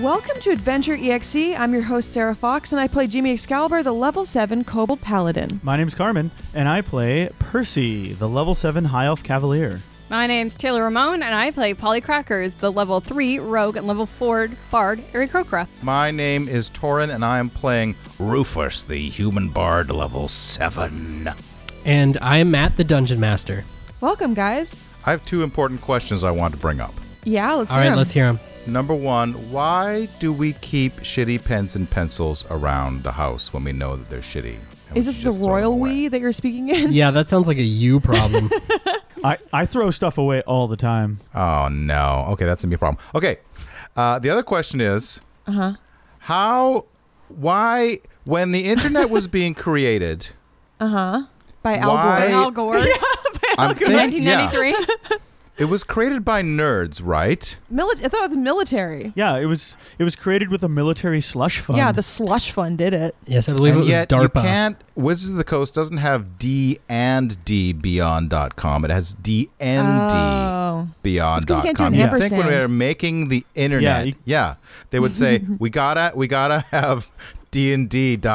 Welcome to Adventure EXE. I'm your host, Sarah Fox, and I play Jimmy Excalibur, the level 7 Kobold Paladin. My name's Carmen, and I play Percy, the level 7 High Elf Cavalier. My name's Taylor Ramon, and I play Polly Crackers, the level 3 rogue and level 4 bard, Eric Crocra. My name is Torin, and I am playing Rufus, the human bard, level 7. And I am Matt, the Dungeon Master. Welcome, guys. I have two important questions I want to bring up. Yeah, let's All hear right, 'em. let's hear him. Number one, why do we keep shitty pens and pencils around the house when we know that they're shitty? and we Is should this the just throw them royal away? we that you're speaking in? Yeah, that sounds like a you problem. I, I throw stuff away all the time. Oh, no. Okay, that's a me problem. Okay. Uh, the other question is Uh-huh. how, why, when the internet was being created, Uh-huh. By Al Gore. Why- Al Gore, I'm think- yeah, 1993. it was created by nerds, right? Mili- I thought it was military. Yeah, it was it was created with a military slush fund. Yeah, the slush fund did it. yes, I believe and it was yet You DARPA. can't. Wizards of the Coast doesn't have D and D beyond.com. It has D and D Oh. It's 'cause you beyond.com. can't do an You'd think when ampersand. we were making the internet, Yeah, yeah, you- they would say we gotta we gotta have D and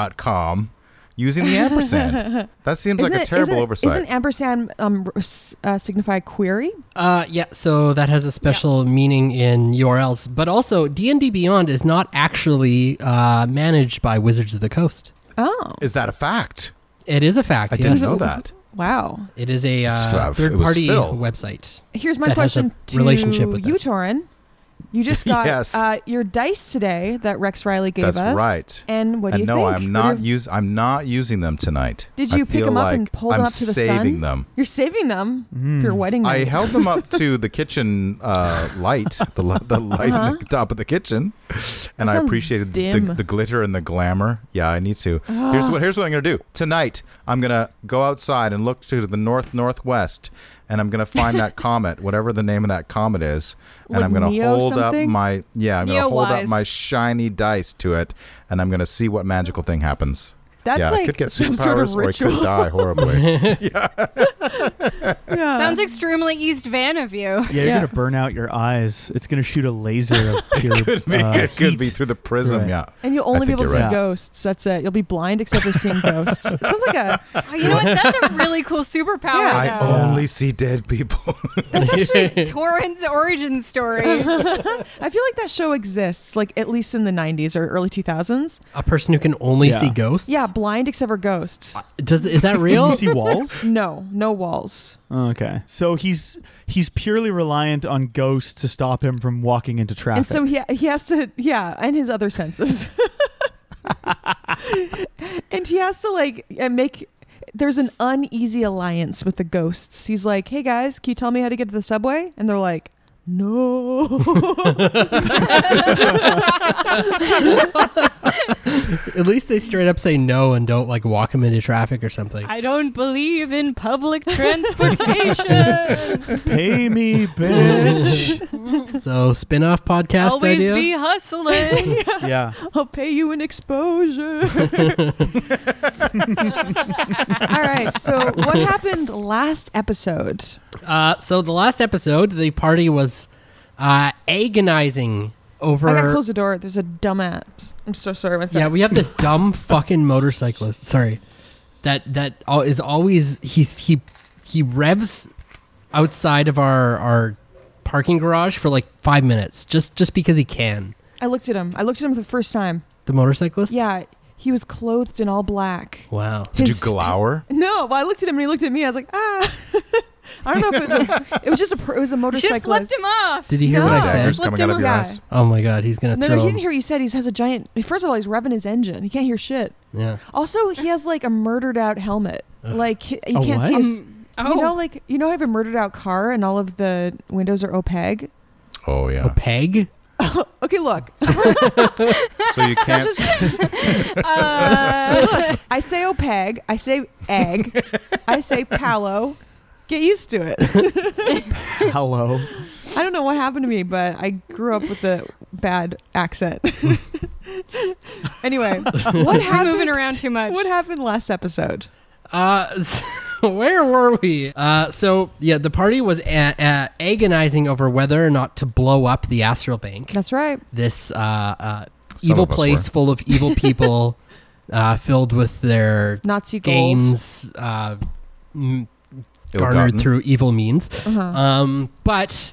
D.com using the ampersand. That seems like Isn't a it- terrible isn't- oversight. Isn't ampersand um, r- s- uh, signify query? Uh, yeah, so that has a special meaning in URLs, but also D&D Beyond is not actually uh, managed by Wizards of the Coast. Oh, Is that a fact? It is a fact. I yes. didn't know that. wow. It is a It's, uh, uh, it was third-party Phil. website. Here's my That has a question to relationship with you, that. Torin. You just got Yes. uh, your dice today that Rex Riley gave That's us. right. And what do and you no, think? I'm What not have- use I'm not using them tonight. Did I you pick feel them up and like pull them I'm up to the sun? saving them. You're saving them for your wedding I night. held them up to the kitchen uh, light, the, li- the light Uh-huh. in the top of the kitchen, That and I sounds appreciated the, dim. Ah. the glitter and the glamour. Yeah, I need to. Here's what here's what I'm gonna do tonight. I'm gonna go outside and look to the north northwest, and I'm gonna find that comet, whatever the name of that comet is, Like and I'm gonna Neo hold something? up my yeah, I'm gonna hold up Neowise. my shiny dice to it, and I'm gonna see what magical thing happens. That's yeah, I like could get some sort superpowers of or I ritual. could die horribly. Yeah. Sounds extremely East Van of you. Yeah, you're Yeah. gonna burn out your eyes. It's gonna shoot a laser of pure uh, it could be heat. through the prism, Right. yeah. and you'll only be think able to you're see right. ghosts. That's it. You'll be blind except for seeing ghosts. It sounds like a. Oh, you know what? That's a really cool superpower. Yeah. I though. Yeah. only see dead people. That's actually. Torrens origin story. I feel like that show exists, like at least in the '90s or early 2000s. A person who can only Yeah. see ghosts? Yeah, blind except for ghosts. Does is that Can real? you see walls? No, no walls. Oh, okay, so he's he's purely reliant on ghosts to stop him from walking into traffic. and so he he has to yeah and his other senses and he has to like uh, make there's an uneasy alliance with the ghosts he's like hey guys can you tell me how to get to the subway and they're like no At least they straight up say no and don't like walk him into traffic or something. I don't believe in public transportation. Pay me, bitch. So spin-off podcast Always idea. be hustling. yeah. i'll pay you an exposure all right so what happened last episode Uh, so the last episode, the party was uh, agonizing over. i gotta close the door there's a dumbass i'm so sorry one yeah, second we have this dumb fucking motorcyclist. Sorry, that that al- is always he's he he revs outside of our our parking garage for like five minutes just just because he can. i looked at him i looked at him for the first time The motorcyclist. yeah he was clothed in all black Wow. Did you His- glower? No, well, I looked at him and he looked at me. I was like, ah. I don't know if it was a, it was just a pr- it was a Should have flipped motorcyclist. him off. Did you hear what No. I Daggers said? Flipped coming out him of your off. eyes. Oh my god, he's gonna No, throw. no, he didn't hear what you said. He has a giant. First of all, he's revving his engine. He can't hear shit. yeah. Also, he has like a murdered out helmet. Ugh. Like he- you A can't what? see. His, Oh, You know, like you know, I have a murdered out car and all of the windows are opaque. Oh A yeah. peg. Okay, look, So you can't. uh, I say opaque. I say egg. I say palo. Get used to it. Hello. I don't know what happened to me, but I grew up with a bad accent. anyway, what we're moving happened? around too much. What happened last episode? Uh, Where were we? Uh, so yeah, the party was a- a- agonizing over whether or not to blow up the Astral Bank. That's right. This uh, uh, Some evil of us place were. full of evil people, uh, filled with their Nazi gold. gains uh, m- garnered Ill-gotten. through evil means. Uh-huh. Um, but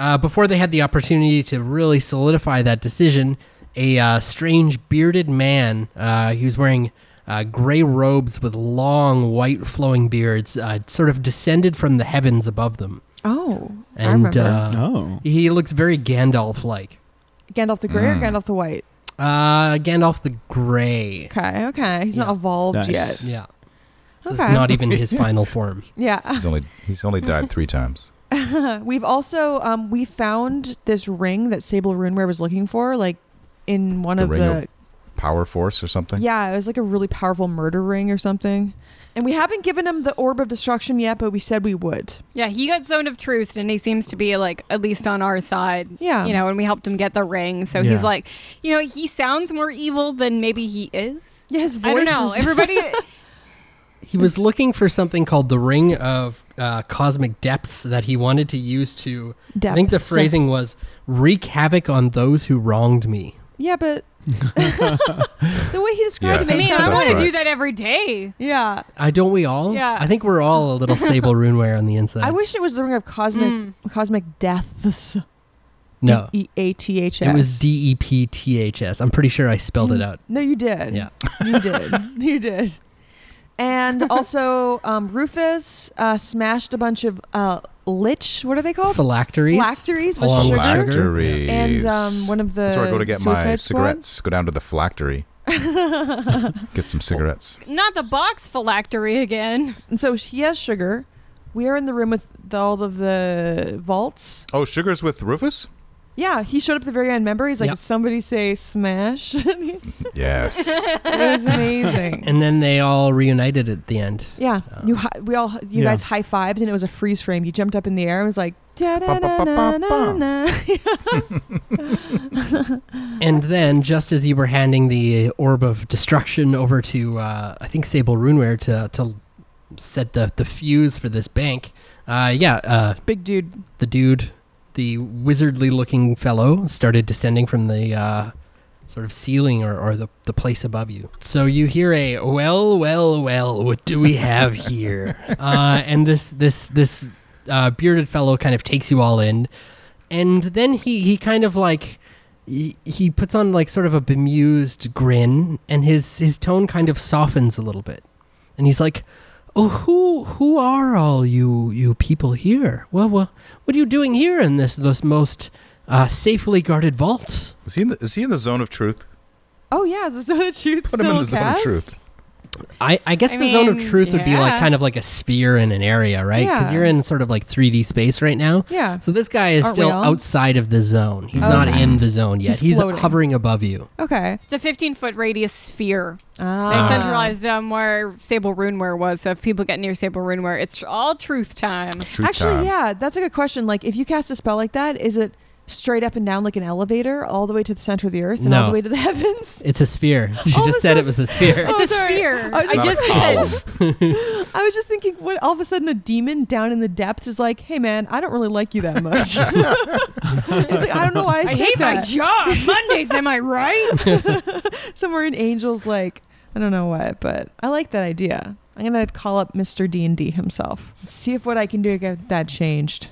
uh, before they had the opportunity to really solidify that decision, a uh, strange bearded man, uh, he was wearing uh, gray robes with long white flowing beards, uh, sort of descended from the heavens above them. oh, I And remember. uh, Oh. he looks very Gandalf like. Gandalf the Grey Mm. or Gandalf the White? Uh, Gandalf the Grey. Okay, okay. He's Yeah. not evolved Nice. yet. Yeah. So It's Okay. not even his final form. Yeah. He's only he's only died three times. We've also um, we found this ring that Sable Runeware was looking for, like in one The of ring the of Power Force or something. yeah, it was like a really powerful murder ring or something. And we haven't given him the orb of destruction yet, but we said we would. Yeah, he got zoned of truth, and he seems to be like at least on our side. Yeah. you know, and we helped him get the ring, so Yeah. he's like, you know, he sounds more evil than maybe he is. Yeah, his voice. I don't know. is- Everybody, He was looking for something called the Ring of uh, Cosmic Depths that he wanted to use to. I think the Depths. phrasing was wreak havoc on those who wronged me. Yeah, but the way he described it Yes. made man, it I sound want like- That's to do right. that every day. Yeah, I don't we all? Yeah. I think we're all a little sable runeware on the inside. I wish it was the ring of cosmic Mm. cosmic deaths. no, D E A T H S. it was D E P T H S. I'm pretty sure I spelled it out. No, you did. Yeah. you did. You did. And also, um, Rufus uh, smashed a bunch of uh, lich. What are they called? Phylacteries. Phylacteries with Along sugar. with sugar. Phylacteries. And um, one of the That's where I go to get Suicide my Squad? cigarettes. Go down to the phylactery. get some cigarettes. Not the box phylactery again. And so he has sugar. We are in the room with the, all of the vaults. Oh, sugars with Rufus? Yeah, he showed up at the very end. Remember, he's like, Yep. "Somebody say smash!" And he- Yes. it was amazing. And then they all reunited at the end. yeah, uh, you hi- we all you Yeah. guys high fived, and it was a freeze frame. You jumped up in the air and was like, Ba-ba-ba-ba-ba. "Da-da-da-da-da-da." And then, just as you were handing the orb of destruction over to, uh, I think Sable Runeware to to set the the fuse for this bank. Uh, yeah, uh, Big dude. the dude, the wizardly looking fellow, started descending from the uh, sort of ceiling or, or the, the place above you. So you hear a well, well, well. What do we have here? uh, and this this this uh, bearded fellow kind of takes you all in, and then he he kind of like. He, he puts on like sort of a bemused grin and his his tone kind of softens a little bit and he's like Oh, who who are all you you people here? Well, well what are you doing here in this this most uh, safely guarded vault? is, he in the, is he in the zone of truth? Oh yeah, is this zone of truth? Put him in still the zone of cast? truth. I, I guess I the zone of mean, truth would be like yeah. kind of like a sphere in an area, right? Because Yeah. you're in sort of like 3D space right now. Yeah. So this guy is Aren't we still all? outside of the zone. He's Oh. not in the zone yet. He's He's, floating. hovering above you. Okay. It's a 15 foot radius sphere. They Ah. centralized um, where Sable Runeware was, so if people get near Sable Runeware, it's all truth time. Truth Actually, time. yeah, that's a good question. Like, if you cast a spell like that, is it straight up and down like an elevator, all the way to the center of the earth and all No. the way to the heavens? It's a sphere. She All of a just said sudden- it was a sphere. Oh, It's a sorry. sphere. I was I Not a just column. I was just thinking, what? All of a sudden, a demon down in the depths is like, "Hey, man, I don't really like you that much." it's like I don't know why I, I said hate my that. job. Mondays, am I right? Somewhere in Angels, like I don't know what, but I like that idea. I'm gonna call up Mr. D and D himself, see if what I can do to get that changed.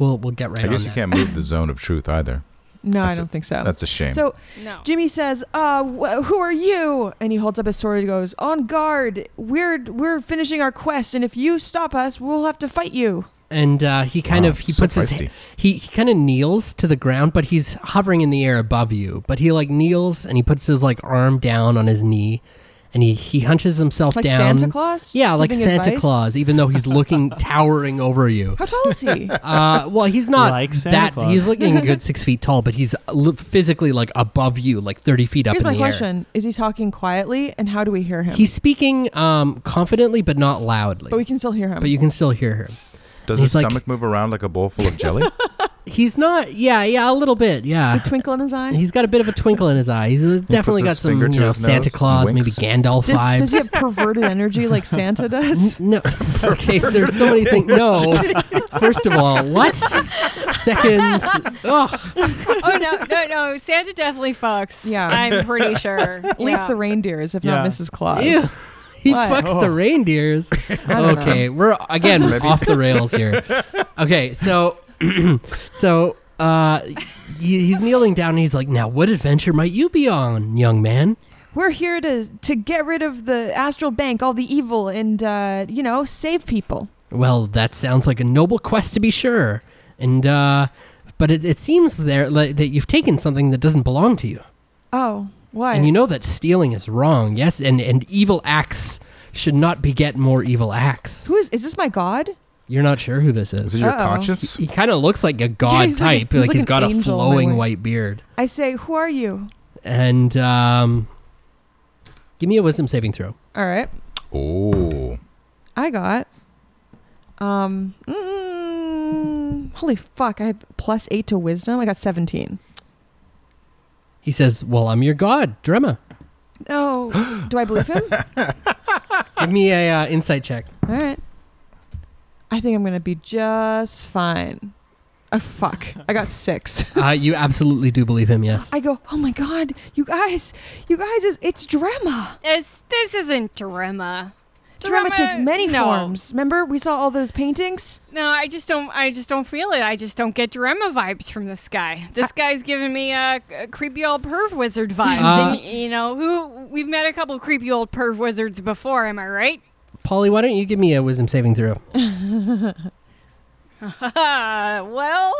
We'll we'll get I right on guess you that. can't move the zone of truth either. No, That's I a- don't think so. That's a shame. Oh. So No. Jimmy says, "Uh, wh- who are you?" And he holds up his sword and goes, "On guard! We're we're finishing our quest, and if you stop us, we'll have to fight you." and uh, he kind Wow, of he so puts his feisty. he, he kind of kneels to the ground but he's hovering in the air above you but he like kneels and he puts his like arm down on his knee and he he hunches himself Like down Santa Claus? yeah like Giving santa advice? claus even though he's looking towering over you How tall is he? uh, well he's not Like Santa that Claus. he's looking a good six feet tall but he's li- physically like above you like 30 feet up Here's in my the air question: Is he talking quietly, and how do we hear him? he's speaking um, confidently but not loudly but we can still hear him. but you can still hear him Does he's his like- stomach move around like a bowl full of jelly? He's not. Yeah, yeah, a little bit. Yeah. The twinkle in his eye. He's got a bit of a twinkle in his eye. He's uh, definitely puts got his some finger you to know, his Santa nose and Claus, maybe winks. Gandalf does, vibes. does he have perverted energy like Santa does? No, okay. There's so many things. No, first of all, what? Second, oh, oh no, no, no! Santa definitely fucks. Yeah. I'm pretty sure. At least the reindeers, if Yeah. not Mrs. Claus. ew. he What? fucks Oh. the reindeers. don't Okay, we're again we're off the rails here. Okay, so so uh, he, he's kneeling down and he's like, "Now, what adventure might you be on, young man?" We're here to to get rid of the astral bank, all the evil, and uh, you know, save people. Well, that sounds like a noble quest to be sure, and uh, but it, it seems there like, that you've taken something that doesn't belong to you. Oh, what? And you know that stealing is wrong, yes, and, and evil acts should not beget more evil acts. who is, is this? My God? You're not sure who this Is is. it your Uh-oh. conscience? He kind of looks like a god he's like a- type, he's like, like he's an got a angel in my flowing way. white beard. I say, who are you? And um, give me a wisdom saving throw. All right, Oh, I got. Um, mm, holy fuck! I have plus eight to wisdom. I got seventeen. He says, "Well, I'm your god, Drema. Oh, do I believe him? Give me a uh, insight check." All right. I think I'm gonna be just fine. Oh fuck! I got six. Uh, you absolutely do believe him, yes. I go, oh my god, you guys, you guys, it's, it's drama. This, this isn't drama. Drama takes many no. forms. Remember, we saw all those paintings. No, I just don't. I just don't feel it. I just don't get drama vibes from this guy. This guy's giving me a, creepy old perv wizard vibes. Uh, and, you know who? We've met a couple creepy old perv wizards before. Am I right? Polly, why don't you give me a wisdom saving throw? well,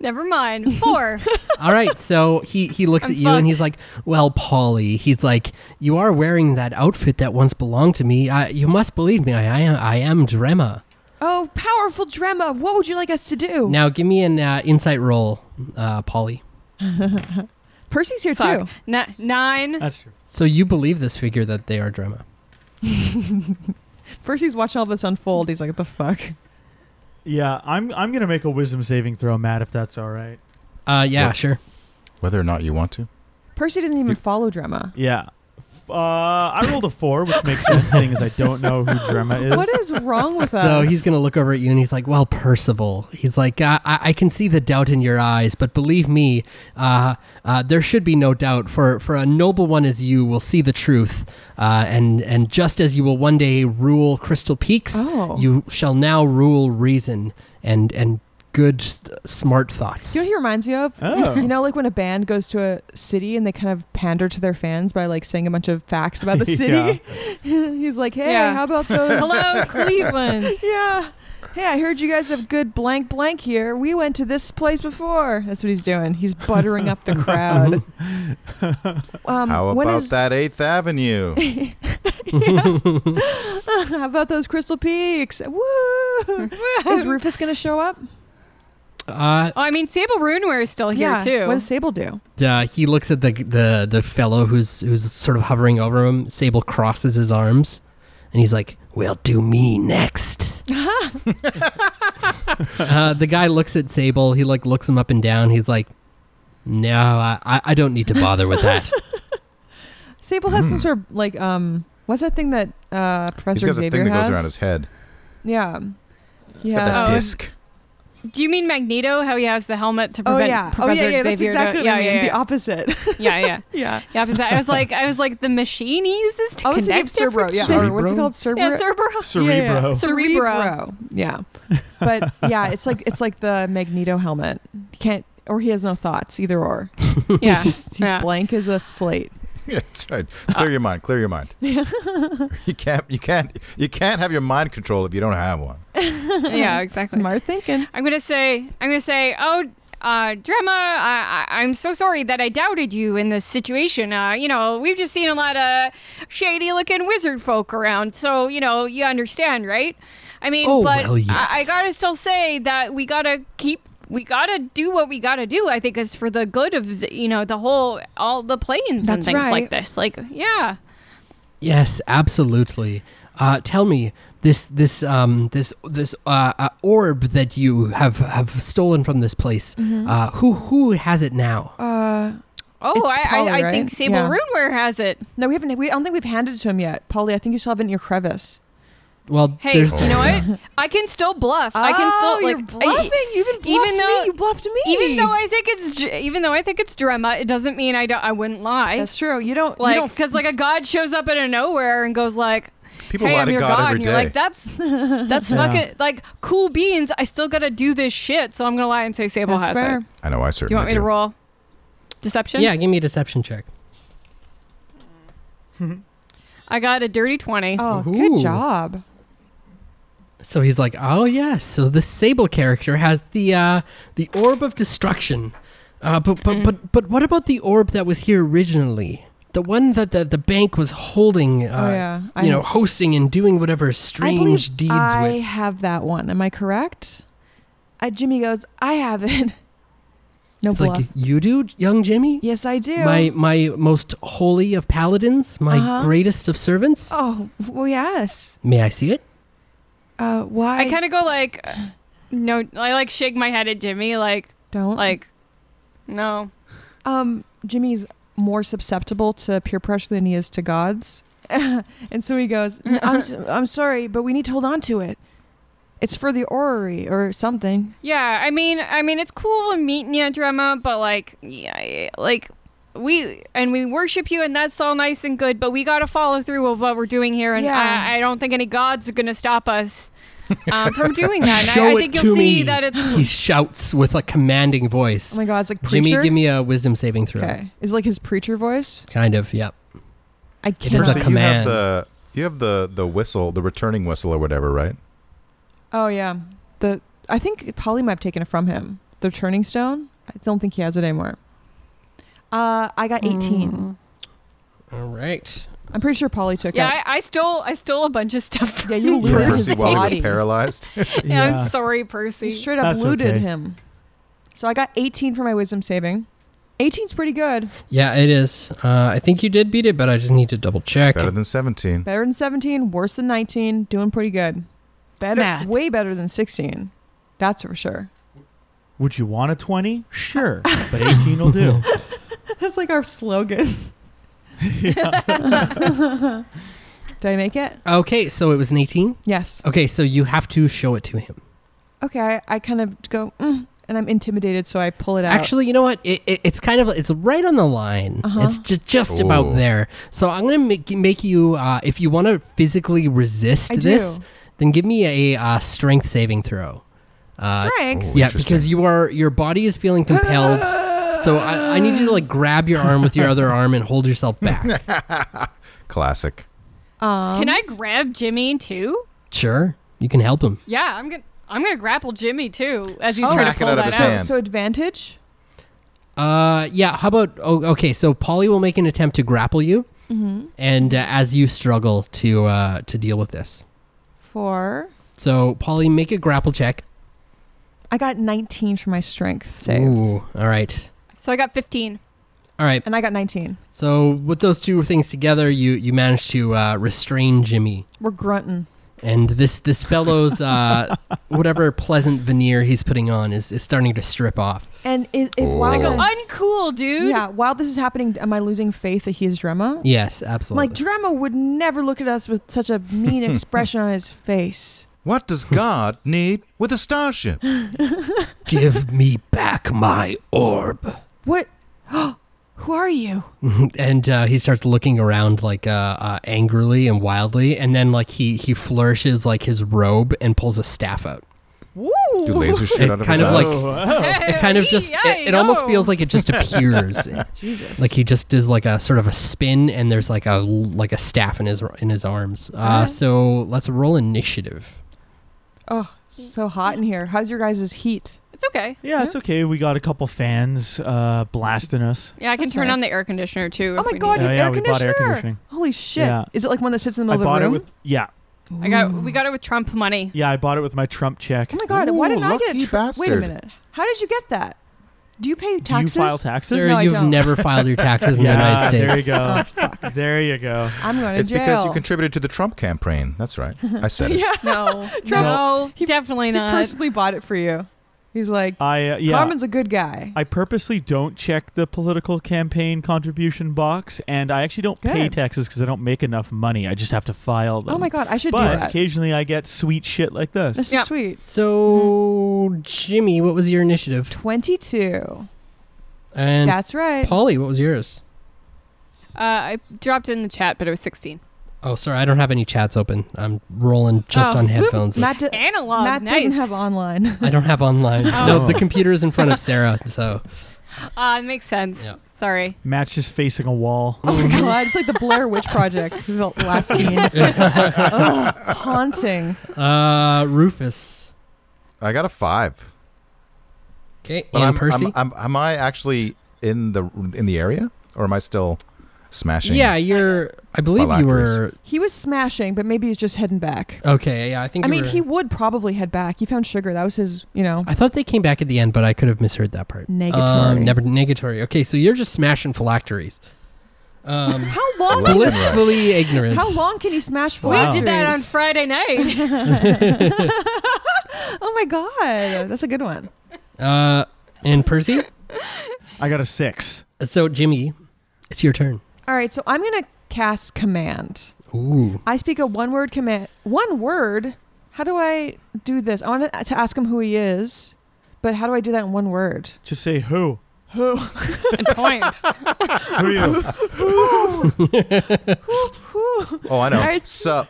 never mind. Four. All right, so he he looks I'm at you and fucked. he's like, "Well, Polly," he's like, "You are wearing that outfit that once belonged to me. I, you must believe me. I I am, I am Drema." Oh, powerful drama. What would you like us to do? Now, give me an uh, insight roll, uh, Polly. Percy's here Fuck. too. Ni- nine. That's true. So you believe this figure that they are Drema? Percy's watching all this unfold. He's like, what the fuck? Yeah, I'm I'm gonna make a wisdom saving throw, Matt, if that's all right. Uh, yeah, What? sure. whether or not you want to. Percy doesn't even follow drama. Yeah. F- Uh, I rolled a four, which makes sense, seeing as I don't know who Drema is. What is wrong with us? So he's gonna look over at you and he's like, "Well, Percival," he's like, "I, I I can see the doubt in your eyes, but believe me, uh, uh, there should be no doubt. For for a noble one as you will see the truth, uh, and and just as you will one day rule Crystal Peaks, Oh. you shall now rule reason and and good smart thoughts." Do you know what he reminds me of? Oh. You know, like when a band goes to a city and they kind of pander to their fans by like saying a bunch of facts about the city. he's like, hey, Yeah. how about those? Hello, Cleveland. Yeah. Hey, I heard you guys have good blank blank here. We went to this place before. That's what he's doing. He's buttering up the crowd. Um, How when about is- that Eighth Avenue? How about those Crystal Peaks? Woo! is Rufus going to show up? uh, Oh, I mean, Sable Runeware is still here yeah. too. What does Sable do? uh, he looks at the the the fellow who's who's sort of hovering over him. Sable crosses his arms, and he's like, "Well, do me next." uh, the guy looks at Sable. He like looks him up and down. He's like, "No, I I I don't need to bother with that." Sable has some sort of like um, what's that thing that uh He's Professor got the Xavier thing that has? goes around his head. yeah. Got that Yeah. Oh. disc. Do you mean Magneto? How he has the helmet to Oh, prevent yeah. Oh Professor yeah, yeah. That's Xavier? exactly to, what I yeah, mean. yeah, The yeah, opposite. yeah, yeah, yeah. yeah. Because I was like, I was like, the machine he uses to I was thinking of connect Cerebro. different Yeah. shit. Or what's it Cerebro? called? Cerebro. Cerebro. Yeah, Cerebro. Yeah, Cerebro. Cerebro. Yeah. But yeah, it's like it's like the Magneto helmet. He can't or he has no thoughts either or. Yeah. He's just he's yeah. blank as a slate. Yeah, that's right. Clear your mind. Clear your mind. you can't. You can't. You can't have your mind controlled if you don't have one. yeah, exactly. Smart thinking. I'm gonna say, I'm gonna say, oh, uh, Drema, I, I, I'm so sorry that I doubted you in this situation. Uh, you know, we've just seen a lot of shady-looking wizard folk around, so you know, you understand, right? I mean, Oh, but well, yes. I, I gotta still say that we gotta keep. We gotta do what we gotta do. I think is for the good of the, you know the whole all the planes and That's things right. like this. Like yeah, yes, absolutely. Uh, tell me, this this um this this uh, uh, orb that you have have stolen from this place. Mm-hmm. Uh, who who has it now? Uh, Oh, It's I, Polly, I, I right? think Sable Yeah. Runeware has it. no, we haven't. We, I don't think we've handed it to him yet, Polly. I think you still have it in your crevice. well, Hey, there's Oh, you know what? I can still bluff. I can Oh, still you're like bluffing. I, e you even bluffed even though- me. You bluffed me. even though I think it's Dr- even though I think it's Drema, it doesn't mean I don't I wouldn't lie. that's true. You don't. you like don't because like a god shows up out of nowhere and goes like People hey, lie I'm to your God god, every and you're day. like that's that's fucking like cool beans i still gotta do this shit so i'm gonna lie and say sable that's has fair. it I know I do you certainly want me to do. roll deception yeah. Give me a deception check. i got a dirty 20 Oh, Ooh. good job. So he's like, "Oh yes." So the Sable character has the uh, the orb of destruction, uh, but Mm-hmm. but but but what about the orb that was here originally? The one that the, the bank was holding, uh, Oh, yeah. I- you know, hosting and doing whatever strange I believe deeds I with. have that one. Am I correct? I, Jimmy goes. I have it. No It's bluff. like you do, young Jimmy. yes, I do. My my most holy of paladins, my Uh-huh. greatest of servants. oh well, yes. May I see it? Uh, why? i kind of go like uh, no i like shake my head at jimmy like don't like no um, Jimmy's more susceptible to peer pressure than he is to gods. and so he goes, "N- I'm, s- I'm sorry, but we need to hold on to it. It's for the orrery or something. yeah i mean i mean it's cool meeting you drema but like yeah I- like we and we worship you and that's all nice and good but we gotta follow through with what we're doing here and Yeah. I, I don't think any gods are gonna stop us um, from doing that and Show I, I it think to you'll me. see that it's He shouts with a commanding voice. Oh my God, it's like preacher. Jimmy, give me a wisdom saving throw. Okay. Is it like his preacher voice? Kind of, yep. I It cannot. So is a you have command. the you have the the whistle, the returning whistle or whatever, right? oh, yeah. The I think Polly might have taken it from him. The turning stone. I don't think he has it anymore. Uh, I got Mm. 18. All right. I'm pretty sure Polly took it. Yeah, I, I stole I stole a bunch of stuff. From Yeah, you him. Looted From his Percy while he body. was paralyzed. Yeah, Yeah. I'm sorry, You Percy. straight up That's looted okay. him. So I got 18 for my wisdom saving. 18's pretty good. Yeah, it is. Uh, I think you did beat it, but I just need to double check. Better than 17. Better than 17, worse than 19, doing pretty good. Better, Math. way better than 16. That's for sure. Would you want a 20? Sure. But 18 will do. That's like our slogan. yeah. Did I make it? Okay, so it was an 18. Yes. Okay, so you have to show it to him. Okay, I, I kind of go, mm, and I'm intimidated, so I pull it out. Actually, you know what? It, it, it's kind of it's right on the line. Uh-huh. It's ju- just about Ooh. there. So I'm gonna make make you uh, if you want to physically resist I do. this, then give me a uh, strength saving throw. Uh, strength. Ooh, yeah, interesting. because you are your body is feeling compelled. so I, I need you to like grab your arm with your other arm and hold yourself back. Classic. Can I grab Jimmy too? sure, you can help him. Yeah, I'm gonna I'm gonna grapple Jimmy too as he's Oh. trying to Smack it pull out of that his out. hand. So advantage. Uh, yeah. How about? Oh, okay. So Polly will make an attempt to grapple you, Mm-hmm. and uh, as you struggle to uh, to deal with this, Four. so Polly make a grapple check. I got 19 for my strength save, Ooh. All right. So I got 15. All right. and I got 19. So with those two things together, you you manage to uh, restrain Jimmy, We're grunting. and this this fellow's uh, whatever pleasant veneer he's putting on is is starting to strip off. And i if Oh. while I go, the- Uncool, dude. Mm. yeah, while this is happening, am I losing faith that he is Drema? Yes, I'm like absolutely. Drema would never look at us with such a mean expression on his face. What does God need with a starship? Give me back my orb. What? Who are you? and uh, he starts looking around like uh, uh, angrily and wildly, and then like he he flourishes like his robe and pulls a staff out. Woo! Do laser shoot It's out of his kind of eyes? like- Hey, It kind of just it, it almost yo. feels like it just appears, Jesus. like he just does like a sort of a spin, and there's like a like a staff in his in his arms. Uh, Alright. so let's roll initiative. oh, so hot in here. How's your guys' heat? It's okay. Yeah, it's okay. We got a couple fans uh, blasting us. Yeah, I can That's turn on nice. the air conditioner too. Oh if my we God, Oh, you- need. yeah, air we bought air conditioner. conditioning. Holy shit! Yeah. Is it like one that sits in the I middle of bought the it room? with yeah, I got we got it with Trump money. yeah. I bought it with my Trump check. oh my god! Why Ooh, didn't I get it? lucky Wait a bastard. minute. How did you get that? Do you pay Do you taxes? file taxes? There's Sir, no, I you've don't. never filed your taxes in the United yeah, States. there you go. there you go. Oh, I'm going to It's jail. because you contributed to the Trump campaign. That's right. I said it. Yeah, No, Trump- no, He- definitely he not. personally bought it for you. He's like, I uh, yeah. Carmen's a good guy. I purposely don't check the political campaign contribution box, and I actually don't pay Good. taxes because I don't make enough money. I just have to file them. oh my god, I should do But that. occasionally I get sweet shit like This this. is Yeah. sweet. So, Jimmy, what was your initiative? Twenty-two. And That's right. Polly, what was yours? Uh, I dropped it in the chat, but it was 16. Oh, sorry, I don't have any chats open. I'm rolling just Oh, on whoop. headphones. Matt, do- Analog, Uh, Matt nice. doesn't have online. I don't have online. Oh. No, the computer is in front of Sarah, so Ah, it makes sense. Yeah. Sorry. Matt's just facing a wall. Oh my god, it's like the Blair Witch Project. the Last scene. Ugh, haunting. uh, Rufus. I got a five. Okay, But and I'm, Percy. I'm, I'm, am I actually in the in the area, or am I still smashing? yeah, Oh, you're. I believe you were. He was smashing, but maybe he's just heading back. Okay, yeah, I think. I you mean, were- he would probably head back. He found sugar. That was his, you know. I thought they came back at the end, but I could have misheard that part. Negatory. Um, never negatory. Okay, so you're just smashing phylacteries. Um, How long? Left and right. blissfully ignorant. How long can he smash We for? We Wow. did that on Friday night. Oh my god, that's a good one. Uh, and Percy. I got a six. So Jimmy, it's your turn. All right, so I'm gonna cast command. Ooh. I speak a one word command. One word. How do I do this? I want to ask him who he is, but how do I do that in one word? Just say who. Who? Good point. Who are you? Who? Oh, I know. All right. Sup?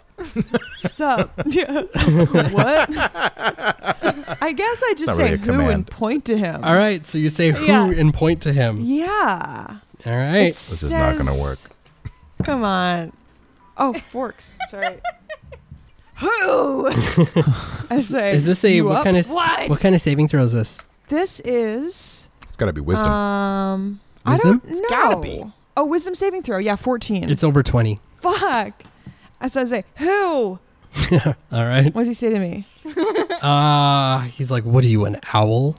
Sup? Yeah. what? I guess I not just really say a who command. and point to him. All right. So you say who Yeah. and point to him. Yeah. All right. This is not gonna work. Come on. Oh, forks. Sorry. Who? I say. Is this a you what up? kind of What? what kind of saving throw is this? This is. It's got to be wisdom. Um, Wisdom? I don't know. gotta be. Oh, wisdom saving throw. Yeah, fourteen. It's over twenty. fuck. As I say, who? All right. What does he say to me? Uh he's like, "What are you, an owl?"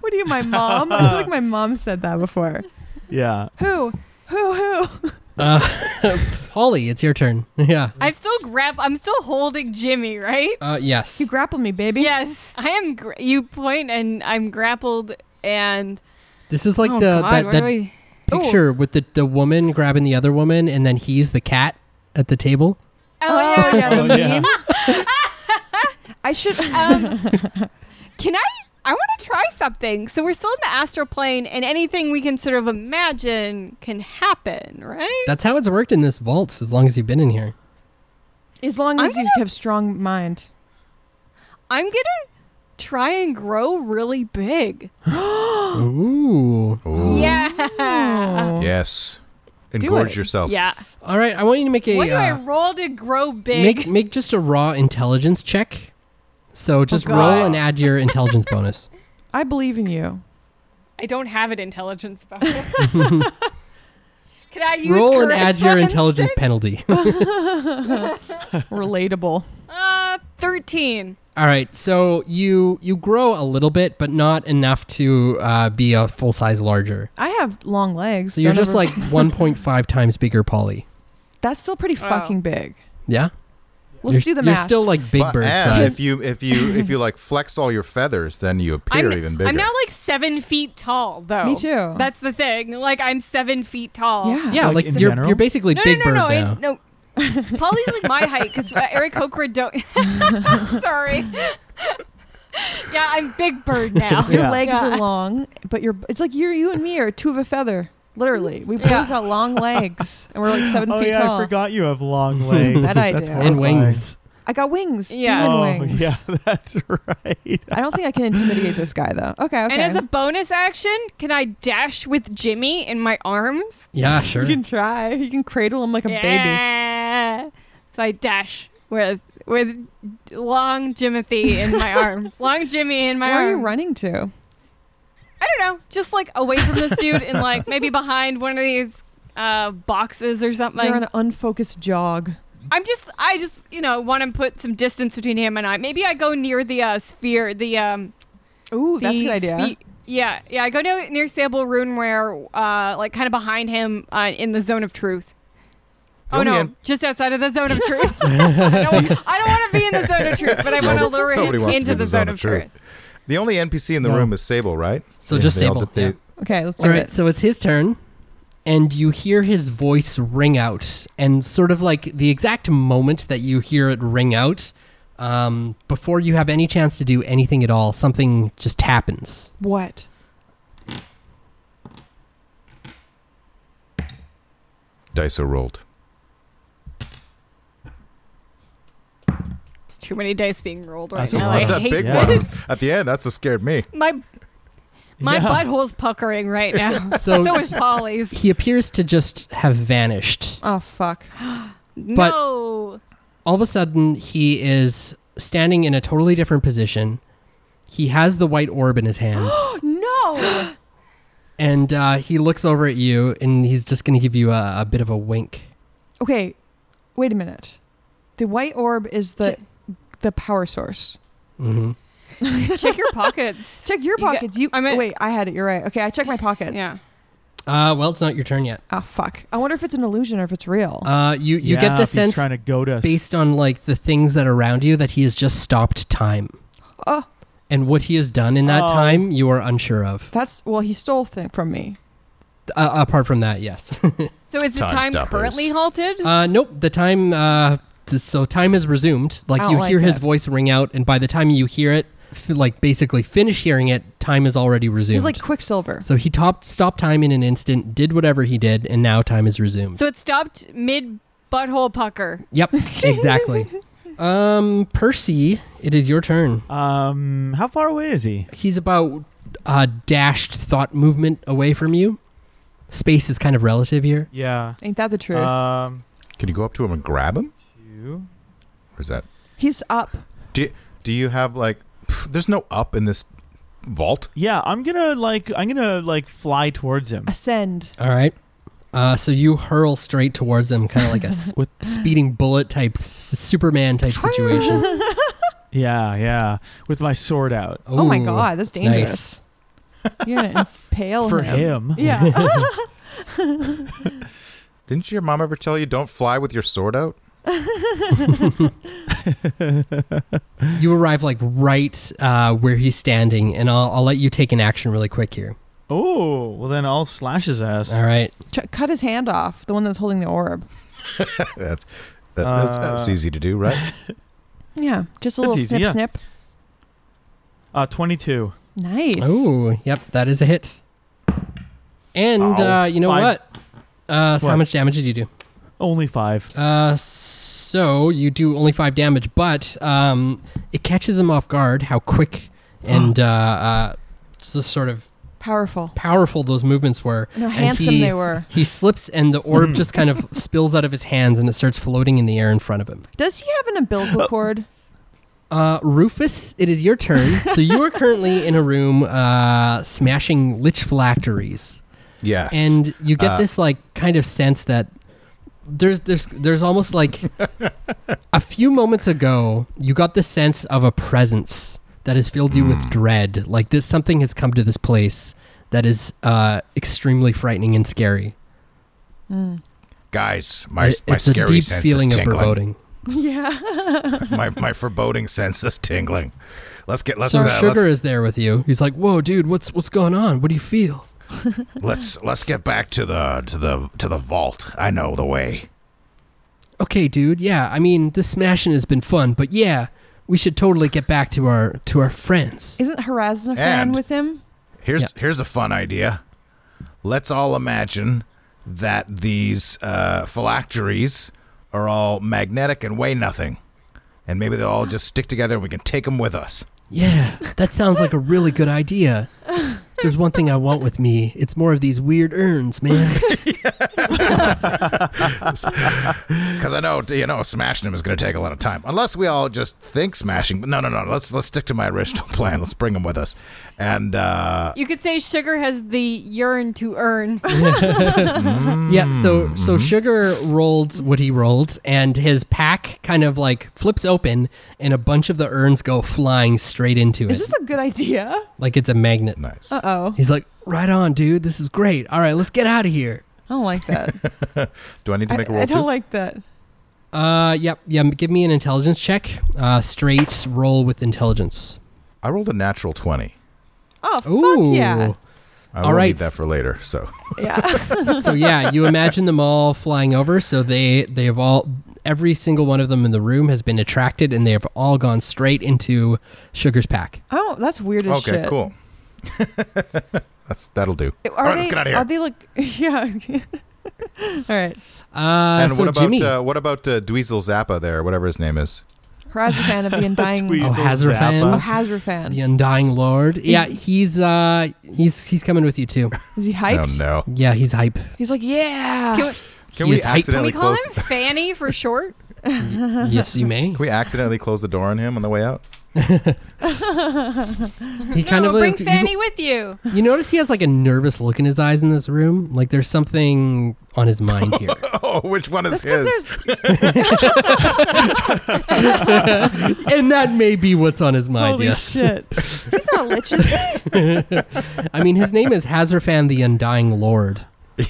What are you, my mom? I feel like my mom said that before. Yeah. Who? Who? Who? Uh, Polly, it's your turn. Yeah. I'm still grab. I'm still holding Jimmy, right? Uh, yes. You grappled me, baby. Yes, I am. Gra- you point, and I'm grappled, and This is like oh the God, that, where that do I- picture with the, the woman grabbing the other woman, and then he's the cat at the table. Oh, Oh, yeah. yeah, Um, the Oh, yeah. meme. I should. Can I? I want to try something. So we're still in the astral plane, and anything we can sort of imagine can happen, right? That's how it's worked in this vaults as long as you've been in here. as long as I'm you have strong mind. I'm gonna try and grow really big. Ooh. Ooh. Yeah. Oh. Yes. Engorge it. yourself. Yeah. All right, I want you to make a What do I uh, roll to grow big? make make just a raw intelligence check. So just Oh, God. roll and add your intelligence bonus. I believe in you. I don't have an intelligence bonus. Can I use roll and add your charisma intelligence penalty. Relatable. instead? Uh, thirteen. All right, so you you grow a little bit, but not enough to uh, be a full size larger. I have long legs. So you're I've just never- like 1.5 times bigger, Polly. that's still pretty Oh. fucking big. Yeah, Let's you're, do the You're math. still like big But- bird and size. if you if you if you like flex all your feathers, then you appear I'm, even bigger. I'm now like seven feet tall, though. Me too. Oh. That's the thing. Like I'm seven feet tall. yeah. yeah, Like like, in you're general? you're basically No, big no, no, bird no, now. I- no. Polly's like my height because Eric Hokra don't. Sorry. yeah, I'm big bird now. Your Yeah. legs Yeah. are long, but you're it's like you you and me are two of a feather. Literally. We both Yeah. got long legs and we're like seven Oh feet yeah, tall. I forgot you have long legs. That I That's do. and horrifying. wings. I got wings. Yeah. Demon Oh wings. yeah, that's right. I don't think I can intimidate this guy though. Okay, okay. And as a bonus action, can I dash with Jimmy in my arms? Yeah, sure. you can try. You can cradle him like a baby. yeah. So I dash with with long Jimothy in my arms. Long Jimmy in my Where are you arms. running to? I don't know. Just like away from this dude and like maybe behind one of these uh, boxes or something. You're on an unfocused jog. I'm just, I just, you know, want to put some distance between him and I. Maybe I go near the uh, sphere, the um, Ooh, the that's a good idea. spe- Yeah, yeah. I go near, near Sable Runeware, uh, like kind of behind him uh, in the zone of truth. Oh, Oh no, man. just outside of the zone of truth. I don't, want to be in the zone of truth, but I want to lure Nobody him wants to be into in the, zone, of truth. The only NPC in the No. room is Sable, right? So just they all Sable, did- they- yeah. Okay, let's do All right, it. so it's his turn, and you hear his voice ring out, and sort of like the exact moment that you hear it ring out, um, before you have any chance to do anything at all, something just happens. What? Dice are rolled. It's too many dice being rolled right That's a now. lot. I that hate big Yeah. one this. was- at the end. That's what scared me. My my Yeah. butthole's puckering right now. So- so, is Polly's. He appears to just have vanished. Oh fuck. no. all of a sudden he is standing in a totally different position. He has the white orb in his hands, No. and uh, he looks over at you, and he's just going to give you a, a bit of a wink. okay, wait a minute. The white orb is the the power source. hmm Check your pockets. Check your You get- pockets. You, I meant- wait. I had it. You're right. Okay, I checked my pockets. yeah. Uh, well, it's not your turn yet. Ah fuck. I wonder if it's an illusion or if it's real. Uh, you you Yeah, get the if he's sense trying to goad us. based on like the things that are around you that he has just stopped time. Oh. And what he has done in that Oh. time, you are unsure of. That's well, he stole thing from me. Uh, apart from that, yes. So is the Time time, stoppers. Um, currently halted? Uh, nope. The time. Uh, th- so time has resumed. Like Oh, I don't you like hear his it. voice ring out, and by the time you hear it, f- like basically finish hearing it, time is already resumed. He's like Quicksilver. so he topped stopped time in an instant, did whatever he did, and now time is resumed. so it stopped mid butthole pucker. yep. Exactly. um, Percy, it is your turn. Um, how far away is he? He's about uh, dashed thought movement away from you. Space is kind of relative here. Yeah. Ain't that the truth? Uh, Um, Can you go up to him and grab him? two. Or is that? He's up. Do you have like? pff, there's no up in this vault. Yeah, I'm gonna like I'm gonna like fly towards him Ascend. All right. Uh, so you hurl straight towards him, kind of like a s- with. speeding bullet type s- Superman type situation. Yeah, yeah, with my sword out oh my Ooh, god, that's dangerous. Nice. You're gonna impale for him. him. Yeah. Didn't your mom ever tell you don't fly with your sword out? You arrive like right uh, where he's standing, and I'll, I'll let you take an action really quick here. Oh, well then I'll slash his ass. All right. Ch- Cut his hand off. The one that's holding the orb. that's that, that's, that's Uh, easy to do, right? Yeah. Just a That's little easy, snip, yeah. snip. Uh, twenty-two. Nice. Oh, yep, that is a hit. And Ow. uh, you know Fine. what? Uh, so how What? much damage did you do? Only five. Uh, so you do only five damage, but um, it catches him off guard how quick and uh, uh, just sort of Powerful. powerful those movements were. No, And handsome he- they were. He slips, and the Mm. orb just kind of spills out of his hands, and it starts floating in the air in front of him. Does he have an Oh. umbilical cord? Uh, Rufus, it is your turn. so you are currently in a room uh, smashing lich phylacteries, Yes. and you get Uh, this like kind of sense that there's there's there's almost like a few moments ago you got the sense of a presence that has filled you Mm. with dread. Like this, something has come to this place that is uh, extremely frightening and scary. guys, my It- my it's a scary deep sense feeling is of tingling. foreboding. yeah. my my foreboding sense is tingling. Let's get let's So uh, sugar let's, is there with you. He's like, "Whoa, dude, what's what's going on? What do you feel?" let's let's get back to the to the to the vault. I know the way. Okay, dude. Yeah, I mean, this smashing has been fun, but yeah, we should totally get back to our to our friends. Isn't Horizon a fan And- with him? Here's Yeah. here's a fun idea. Let's all imagine that these uh, phylacteries are all magnetic and weigh nothing, and maybe they'll all just stick together and we can take them with us. Yeah, that sounds like a really good idea. There's one thing I want with me. It's more of these weird urns, man. Because I know, you know, smashing him is going to take a lot of time. Unless we all just think smashing. But no, no, no. Let's let's stick to my original plan. Let's bring him with us. And uh, You could say Sugar has the urine to earn. Yeah, Mm-hmm. so so Sugar rolled what he rolled, and his pack kind of like flips open, and a bunch of the urns go flying straight into it, Is this a good idea? like it's a magnet. nice. Uh oh. He's like, "Right on, dude. This is great. All right, let's get out of here." I don't like that. Do I need to I, make a roll? I don't too? like that. Uh, yep, yeah. Give me an intelligence check. Uh, straight roll with intelligence. I rolled a natural twenty. Oh, fuck Ooh. yeah. I All will right. need that for later. So Yeah. so yeah, you imagine them all flying over. So they they have all every single one of them in the room has been attracted, and they have all gone straight into Sugar's pack. Oh, that's weird as okay, shit. cool. That's that'll do. Are All right, they, let's get out of here. Are they like, yeah. All right. Uh, and so what about Jimmy, Uh, what about uh, Dweezil Zappa there, whatever his name is? Harazafan of the Undying. Tweez- oh, Weasel Hazard Oh, fan, Zappa. Hazrafan. the Undying Lord. yeah, he's uh he's he's coming with you too. Is he I hyped? don't know. Yeah, he's hype. He's like, yeah. Can we, Can He we is hype. can we accidentally call close? him Fanny for short? Yes, you may. Can we accidentally close the door on him on the way out? He No, kind of bring is- he's- Fanny with you. You notice he has like a nervous look in his eyes in this room. Like there's something on his mind here. Oh, which one is That's 'cause his? there's- and that may be what's on his mind, Holy yes. shit. He's not lich, is he? I mean, his name is Hazarfan the Undying Lord.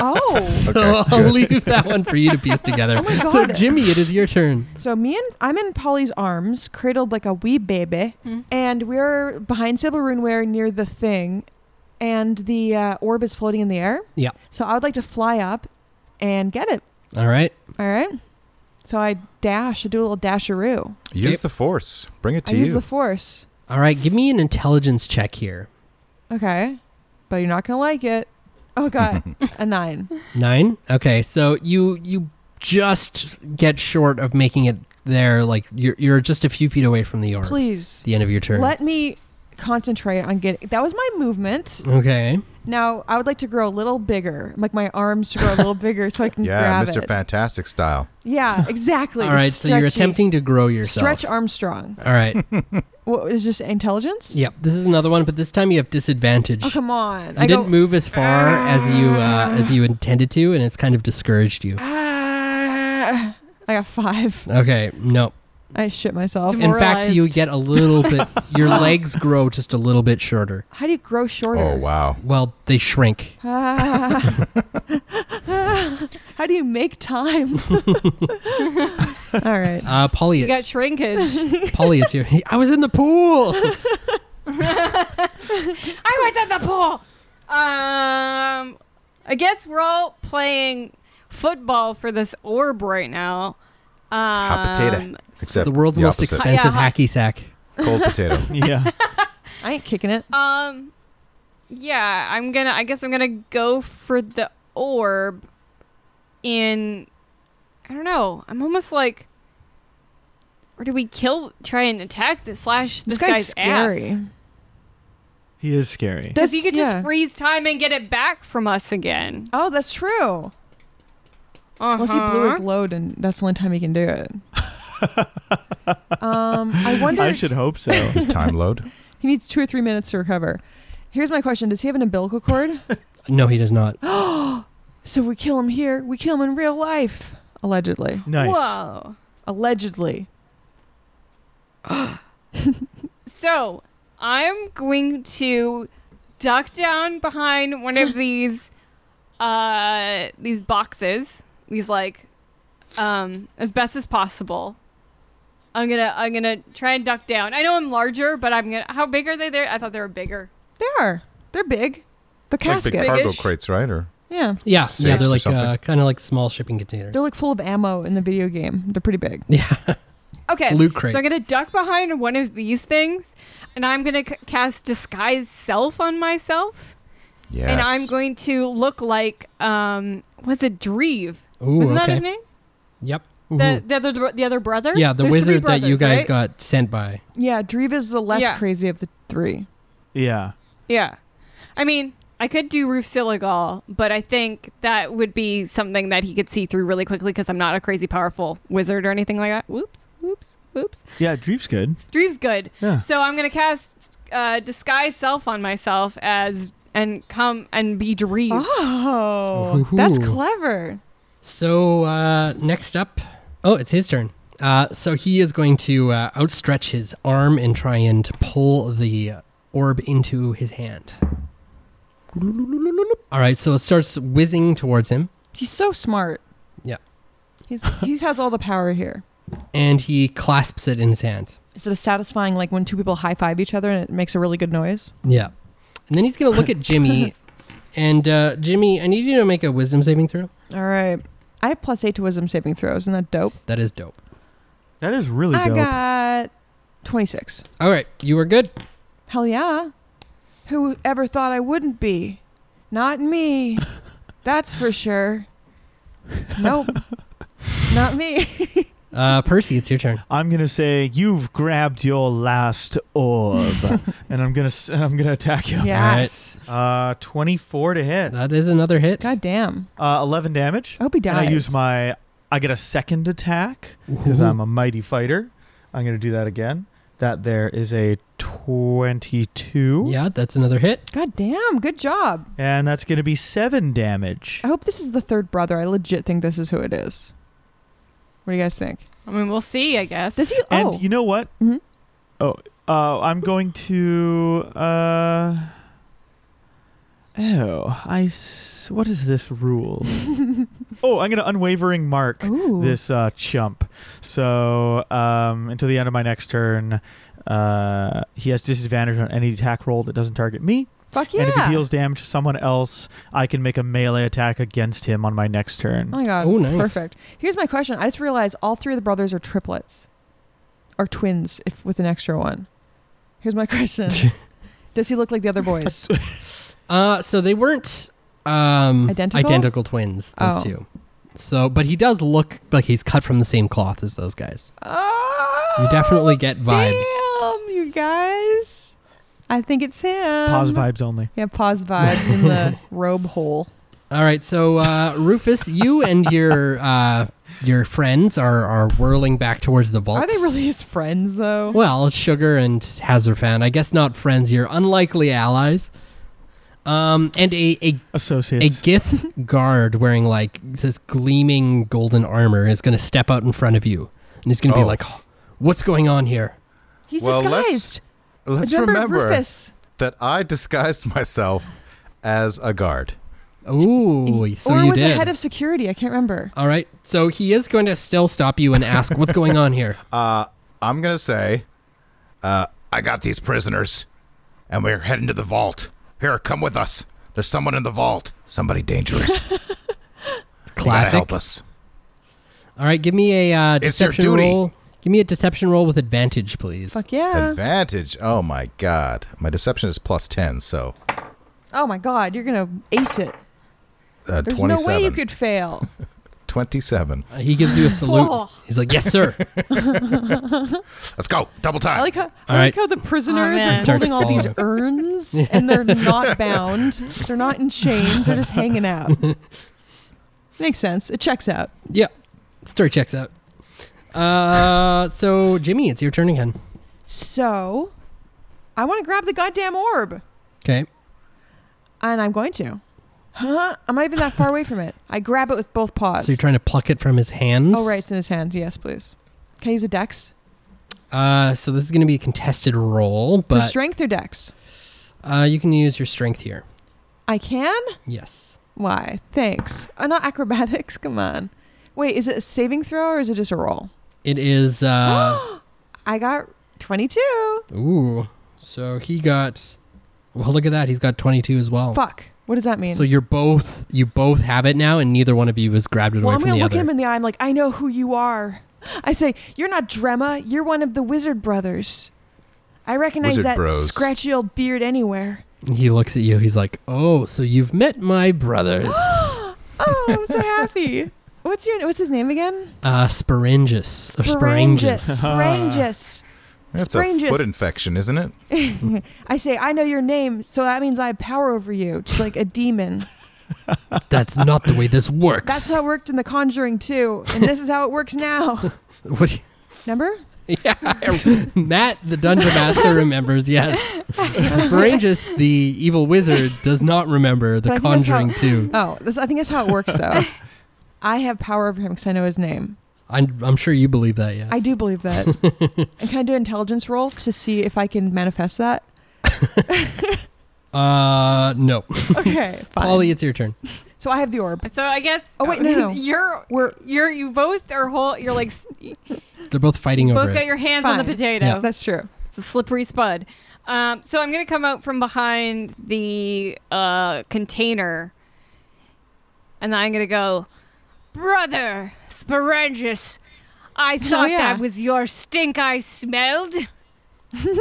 Oh. So Okay, I'll good. leave that one for you to piece together. God. so, Jimmy, it is your turn. So me and I'm in Polly's arms, cradled like a wee baby, and we're behind Sybil Runeware near the thing, and the uh, orb is floating in the air. Yeah. So I would like to fly up and get it. All right. All right. So I dash. I do a little dasheroo. Use Okay. the force. Bring it I to use you. the force. All right. Give me an intelligence check here. Okay. But you're not gonna like it. Oh god, a nine. Nine. Okay. So you you just get short of making it there. Like you're, you're just a few feet away from the orb. Please The end of your turn. let me concentrate on getting. That was my movement. okay. Now I would like to grow a little bigger, like my arms to grow a little bigger, so I can yeah, grab Mr. it. Fantastic style. Yeah, exactly. All right. So you're Stretchy- attempting to grow yourself. Stretch Armstrong. All right. What is this intelligence? Yep. This is another one, but this time you have disadvantage. Oh come on! You didn't move as far as you Ah. uh, as you intended to, and it's kind of discouraged you. Ah, I got five. Okay, no. I shit myself. Dem- In fact, you Demoralized. get a little bit. Your legs grow just a little bit shorter. How do you grow shorter? Oh wow. Well, they shrink. Ah. Ah. how do you make time? All right. Uh, Polly, You got shrinkage. Polly, it's here. Hey, I was in the pool. I was at the pool. Um, I guess we're all playing football for this orb right now. Um, Hot potato. Except the world's the most opposite. expensive Uh, Yeah. hacky sack. cold potato. yeah. I ain't kicking it. Um, yeah, I'm gonna. I guess I'm gonna go for the orb. In, I don't know. I'm almost like. Or do we kill? Try and attack this slash this, This, guy's, ass? scary. He is scary. Because you That's- could just yeah. freeze time and get it back from us again. Oh, that's true. uh Unless he blew his load, and that's the only time he can do it. um, I wonder. I should hope so. His time load. He needs two or three minutes to recover. Here's my question: Does he have an umbilical cord? No, he does not. So if we kill him here, we kill him in real life. Allegedly. Nice. Whoa. Allegedly. So I'm going to duck down behind one of these uh these boxes. These like um as best as possible. I'm gonna I'm gonna try and duck down. I know I'm larger, but I'm gonna how big are they there? I thought they were bigger. They are. They're big. The Like casket. big cargo Biggest. crates, right? Or yeah. Yeah, yeah, Safes they're or like something. uh, kind of like small shipping containers. They're like full of ammo in the video game. They're pretty big. Yeah, Okay. Loot crate. So I'm gonna duck behind one of these things, and I'm gonna c- cast disguise self on myself, yes. and I'm going to look like um was it Dreve? Ooh, Wasn't that okay. his name? Yep. the, the other the other brother. Yeah, the There's three wizard that you brothers, guys right? got sent by. Yeah, Dreve is the less Yeah. crazy of the three. Yeah. Yeah, I mean, I could do Roof Siligal, but I think that would be something that he could see through really quickly because I'm not a crazy powerful wizard or anything like that. Whoops, whoops, whoops. Yeah, Dreep's good. Dreve's good. Yeah. So I'm gonna cast uh, disguise self on myself as and come and be Dreve. Oh, that's Ooh. clever. So uh, next up, oh, it's his turn. Uh, so he is going to uh, outstretch his arm and try and pull the orb into his hand. All right, so it starts whizzing towards him, He's so smart. Yeah. He's he has all the power here. and he clasps it in his hand. Is it a satisfying like when two people high five each other and it makes a really good noise? Yeah, and then he's going to look at Jimmy, and uh, Jimmy, I need you to make a wisdom saving throw. All right. I have plus eight to wisdom saving throws. Isn't that dope? That is dope. That is really I dope. got twenty six. All right, you are good. Hell yeah. Who ever thought I wouldn't be? Not me. That's for sure. Nope. Not me. Uh, Percy, it's your turn. I'm gonna say you've grabbed your last orb, and I'm gonna s- and I'm gonna attack you. Yes. Uh, 24 to hit. That is another hit. God damn. Uh, 11 damage. I hope he dies. And I use my. I get a second attack because Ooh. I'm a mighty fighter. I'm gonna do that again. That there is a 22. Yeah, that's another hit. God damn. Good job. And that's gonna be seven damage. I Oh. hope this is the third brother. I legit think this is who it is. What do you guys think? I mean, we'll see. I guess. Does he? And Oh, you know what? Mm-hmm. Mhm. Oh, uh, I'm going to. Uh, oh, I. S- what is this rule? oh, I'm going to unwavering mark Ooh. this uh, chump. So um, until the end of my next turn, uh, he has disadvantage on any attack roll that doesn't target me. fuck yeah. And if he deals damage to someone else, I can make a melee attack against him on my next turn. oh my god. Oh, nice. Perfect. Here's my question. I just realized all three of the brothers are triplets, or twins, if with an extra one. Here's my question. Does he look like the other boys? Uh, so they weren't um, Identical? twins. Those Oh. two. So, but he does look like he's cut from the same cloth as those guys. oh, You definitely get vibes. Damn, you guys. I think it's him. Pause vibes only. Yeah, pause vibes in the robe hole. All right, so uh, Rufus, you and your uh, your friends are are whirling back towards the vaults. Are they really his friends though? Well, Sugar and Hazarfan, I guess not friends. You're unlikely allies. Um, and a a a Associates. gith guard wearing like this gleaming golden armor is going to step out in front of you and he's going to Oh. be like what's going on here He's Well, let's- disguised. Let's remember, remember Rufus. that I disguised myself as a guard. ooh so or you was did it head of security? I can't remember. all right so he is going to still stop you and ask what's going on here Uh, I'm gonna say, uh, I got these prisoners, and we're heading to the vault. Here, come with us. There's someone in the vault. Somebody dangerous. You gotta classic help us. all right give me a uh, It's your deception duty. roll give me a deception roll with advantage please Fuck yeah. Advantage. Oh my god. My deception is plus ten, so Oh my god, you're gonna ace it. uh, There's no way you twenty-seven. could fail. Twenty-seven. Uh, he gives you a salute Oh. he's like yes sir Let's go. Double I time. like how I All like right. how the prisoners man. are Starts holding all these falling. urns and they're not bound. They're not in chains. They're just hanging out. Makes sense. It checks out. yeah story checks out uh so jimmy it's your turn again So, I want to grab the goddamn orb, okay and I'm going to. Huh? I'm not even that far away from it. I grab it with both paws. So you're trying to pluck it from his hands? Uh, oh right, it's in his hands. Yes, please. Can I use a dex Uh, so this is going to be a contested roll, for but strength or dex? uh, you can use your strength here. I can. Yes. Why? Thanks. Uh, not acrobatics. Come on. Wait, is it a saving throw or is it just a roll? It is. Uh, I got Oh. 22. ooh. So he got. Well, look at that. He's got 22 as well. Fuck. What does that mean? So you're both you both have it now, and neither one of you has grabbed it well, I'm away from gonna the look at other. him in the eye. I'm like, I know who you are. I say, you're not Drema. You're one of the wizard brothers. I recognize Wizard that bros. scratchy old beard anywhere. he looks at you. He's like, "Oh, so you've met my brothers, Oh, I'm so happy. What's your What's his name again? uh, Sporangus or Sporangus. Sporangus." Sporangus. That's a Strangest- foot infection, isn't it? I say, I know your name, so that means I have power over you. Just like a demon. That's not the way this works. That's how it worked in The Conjuring too, and this is how it works now. What do you- Remember? yeah, Matt, the dungeon master, remembers. Yes, Sporangus, the evil wizard, does not remember But the I think that's how- Conjuring Two. Oh, this, I think that's how it works though. I have power over him because I know his name. I'm, I'm sure you believe that. Yes, I do believe that. and can I do an intelligence roll to see if I can manifest that? Uh, no, Okay, fine. Polly, it's your turn. So I have the orb. So I guess. Oh, wait, no, no. You're We're you're you both are whole. You're like s- you They're both fighting over both got it. your hands on the Fine. potato. Yeah. that's true. It's a slippery spud. Um, so I'm gonna come out from behind the uh, container, and I'm gonna go, brother Sporangus. I thought yeah. that was your stink I smelled. All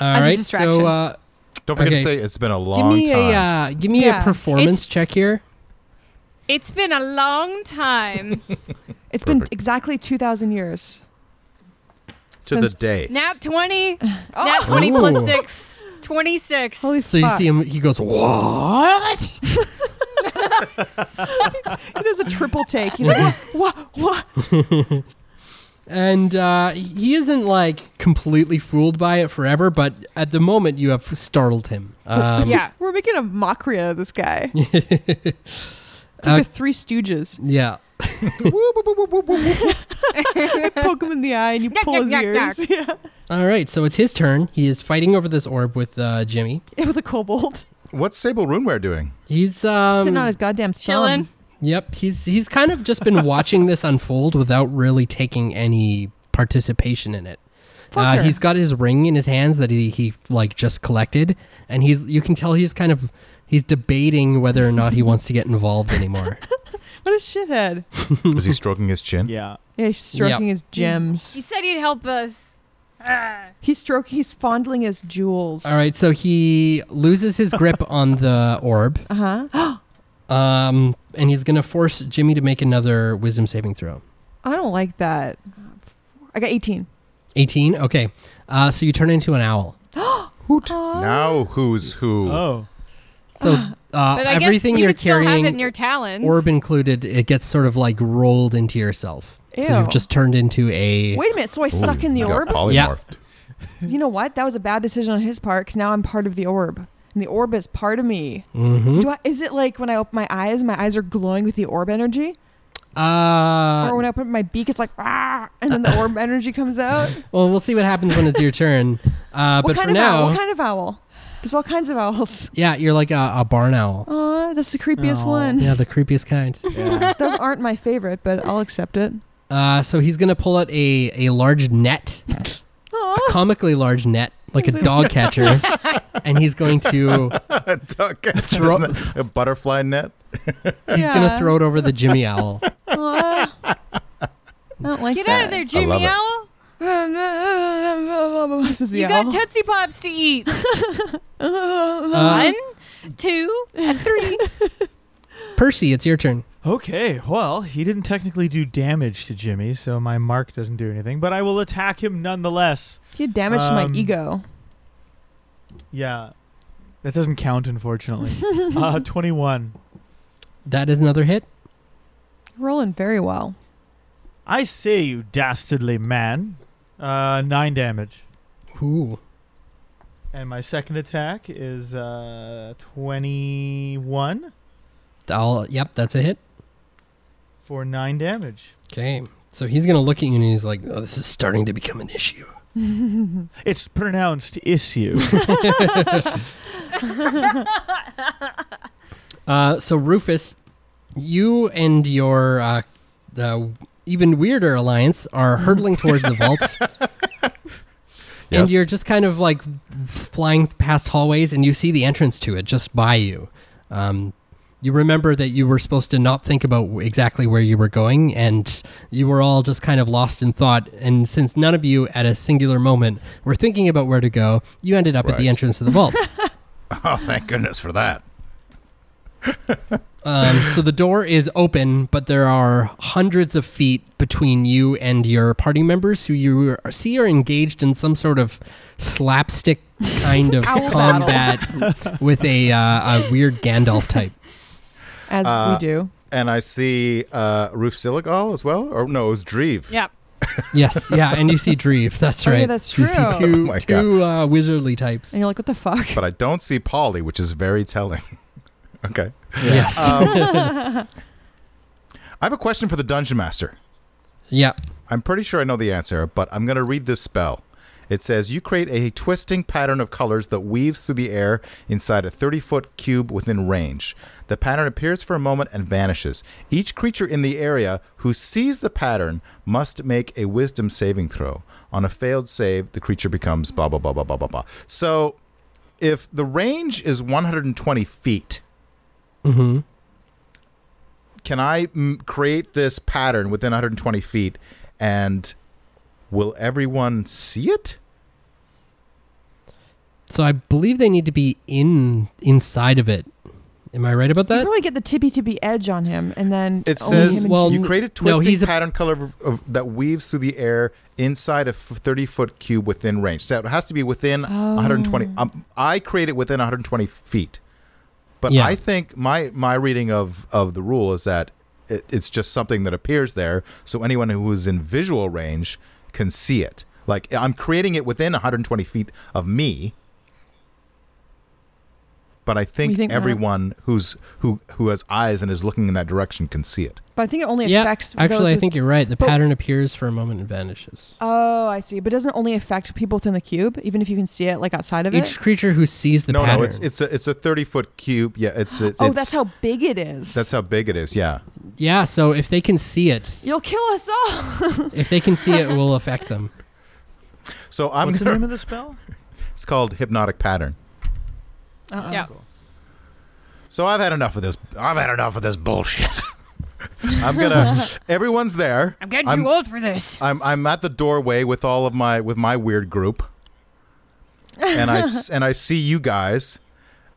as a right, distraction. so uh, Don't forget Okay. to say it's been a give long me time. a uh, give me Yeah. a performance It's- check here. It's been a long time. It's been Perfect. exactly two thousand years. to the since- day. Nat 20. Nat 20 Ooh. plus 6. It's 26. Oh, Holy So you fuck! see him. He goes, "What?" He does a triple take. He's like, what? What? what? and uh, he isn't like completely fooled by it forever, but at the moment you have startled him. Um, Yeah. We're making a mockery out of this guy. It's like Uh, the Three Stooges. yeah. Poke him in the eye and you Knock, pull his knock, knock, ears. Yeah. All right, so it's his turn. He is fighting over this orb with uh, Jimmy. With a kobold. What's Sable Runeware doing? He's Sitting on um, his goddamn thumb. Chillin'. yep. He's he's kind of just been watching this unfold without really taking any participation in it. Fuck Uh, her. he's got his ring in his hands that he, he like just collected, and he's you can tell he's kind of he's debating whether or not he wants to get involved anymore. What a shithead. Is he stroking his chin? Yeah. Yeah, he's stroking Yeah. his gems. He said he'd help us. Ah. He's stroking. He's fondling his jewels. All right, so he loses his grip on the orb, Uh huh. um, and he's gonna force Jimmy to make another wisdom saving throw. I don't like that. I got eighteen. 18 okay uh, so you turn into an owl Hoot. Now who's who? Oh. so uh, But I everything guess you you're would still have it in carrying your talons. orb included it gets sort of like rolled into yourself so Ew. you've just turned into a Wait a minute. So I suck in the Ooh, got orb. Polymorphed. You know what? That was a bad decision on his part because now I'm part of the orb, and the orb is part of me. Mhm. Do I? Is it like when I open my eyes, my eyes are glowing with the orb energy, or uh, when I open my beak, it's like ah, and then the orb energy comes out? well we'll see what happens when it's your turn uh, what but kind for of owl? now What kind of owl? There's all kinds of owls. yeah you're like a, a barn owl Oh, that's the creepiest Aw. one. yeah the creepiest kind Yeah. Those aren't my favorite, but I'll accept it. uh, so he's gonna pull out a, a large net Aw. a comically large net like a dog catcher and he's going to A duck catcher, Throw- isn't it? a butterfly net. he's gonna throw it over the jimmy owl Aw. I don't like Get that. out of there, Jimmy love it. Owl. this is the You owl. got Tootsie Pops to eat. One, two, and three. Percy, it's your turn. Okay, well, he didn't technically do damage to Jimmy, so my mark doesn't do anything, but I will attack him nonetheless. you damaged Um, my ego. Yeah. That doesn't count, unfortunately. uh, 21. That is another hit. Rolling very well. I say, you dastardly man. Uh, 9 damage. Ooh. And my second attack is uh, 21 I'll, yep, that's a hit. for 9 damage. Okay. So he's going to look at you and he's like, oh, this is starting to become an issue. It's pronounced issue. Uh, so, Rufus, you and your uh, the even weirder alliance are hurtling towards the vaults. And Yes. you're just kind of like flying past hallways and you see the entrance to it just by you. Um, you remember that you were supposed to not think about wh- exactly where you were going, and you were all just kind of lost in thought. And since none of you at a singular moment were thinking about where to go, you ended up at the Right. entrance of the vault. Oh, thank goodness for that. Um, so the door is open, but there are hundreds of feet between you and your party members who you are- see are engaged in some sort of slapstick kind of Owl combat with a, uh, a weird Gandalf type. as Uh, we do. And I see uh, Roof Siligal as well. Or no, it was Dreve. Yep. Yes, yeah, and you see Dreve. That's Oh, right. yeah, that's You see true. two- Oh my two, uh, wizardly types. And you're like, what the fuck? But I don't see Polly, which is very telling. okay. Yes. Um, I have a question for the Dungeon Master. yeah. I'm pretty sure I know the answer, but I'm going to read this spell. It says you create a twisting pattern of colors that weaves through the air inside a 30 foot cube within range. The pattern appears for a moment and vanishes. Each creature in the area who sees the pattern must make a wisdom saving throw. On a failed save, the creature becomes blah, blah, blah, blah, blah, blah, blah. So if the range is 120 feet, hmm can I mm, create this pattern within 120 feet and will everyone see it? So I believe they need to be in inside of it. Am I right about You that? probably get the tippy tippy edge on him, and then It only him says and Oh, Well, Jimmy- you create a no, twisting he's a- pattern color of, of- that weaves through the air inside a 30 foot cube within range. So it has to be within 120. Oh. Um, I create it within 120 feet. But Yeah. I think my, my reading of, of the rule is that it, it's just something that appears there. So anyone who is in visual range can see it. Like I'm creating it within 120 feet of me. But I think, We think we're- everyone who's who who has eyes and is looking in that direction can see it. but I think it only yeah. affects. those Actually, I with- Oh. think you're right. The but- pattern appears for a moment and vanishes. Oh, I see. But it doesn't only affect people within the cube, even if you can see it like outside of Each it. creature who sees the no, pattern. no, it's it's a it's a thirty foot cube. Yeah, it's, it's Oh, it's- that's how big it is. that's how big it is. Yeah, yeah, so if they can see it, You'll kill us all. if they can see it, it will affect them. so I'm What's the gonna, name of the spell? it's called hypnotic pattern. Yeah. So I've had enough of this. I've had enough of this bullshit. I'm gonna. Everyone's there. I'm getting I'm, too old for this. I'm I'm at the doorway with all of my with my weird group, and I s- and I see you guys,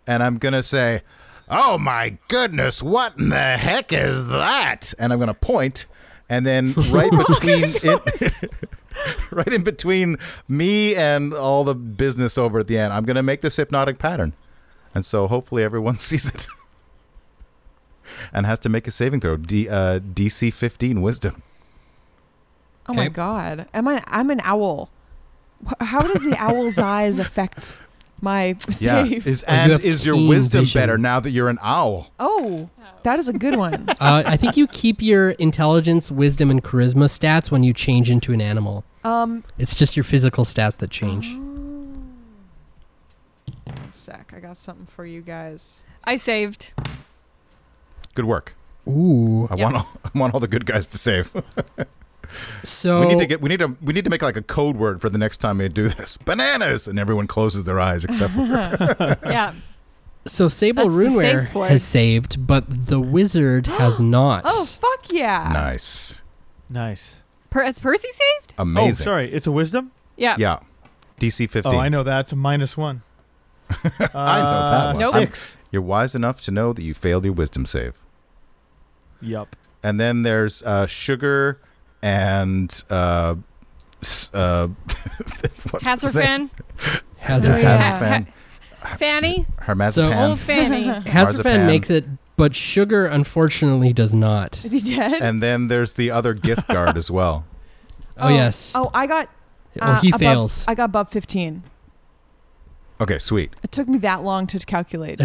and I'm gonna say, "Oh my goodness, what in the heck is that?" And I'm gonna point, and then right between in, right in between me and all the business over at the end, I'm gonna make this hypnotic pattern, and so hopefully everyone sees it. And has to make a saving throw. D, uh, DC 15 wisdom. Oh my Okay. god. Am I? I'm an owl. Wh- How does the owl's eyes affect my Yeah. save? Is, you and have is your keen wisdom vision. better now that you're an owl? oh, that is a good one. Uh, I think you keep your intelligence, wisdom, and charisma stats when you change into an animal. Um, It's just your physical stats that change. sec. I got something for you guys. I saved. Good work. Ooh. I Yep. want all, I want all the good guys to save. So We Oh. need to get we need to we need to make like a code word for the next time we do this. Bananas and everyone closes their eyes except for Yeah. So Sable That's the Runeware safe word. has saved, but the wizard has not. Oh fuck yeah! nice. Nice. Per- has Percy saved? Oh, Amazing. sorry. It's a wisdom? Yeah. Yeah. DC 15. Oh, I know that. It's a minus one. I know that Uh, one. Nope. Six. You're wise enough to know that you failed your wisdom save. Yup. And then there's uh, sugar and uh, s- uh, what's his Hazarfan? name? Hazard Oh, yeah. Hazarfan. Fanny? Hermazapan. Old Fanny. Hazarfan Marzipan. makes it, but Sugar unfortunately does not. Is he dead? and then there's the other gift guard as well. Oh, yes. Oh, I got. Well, uh, he above- fails. I got above fifteen. Okay, sweet. It took me that long to calculate.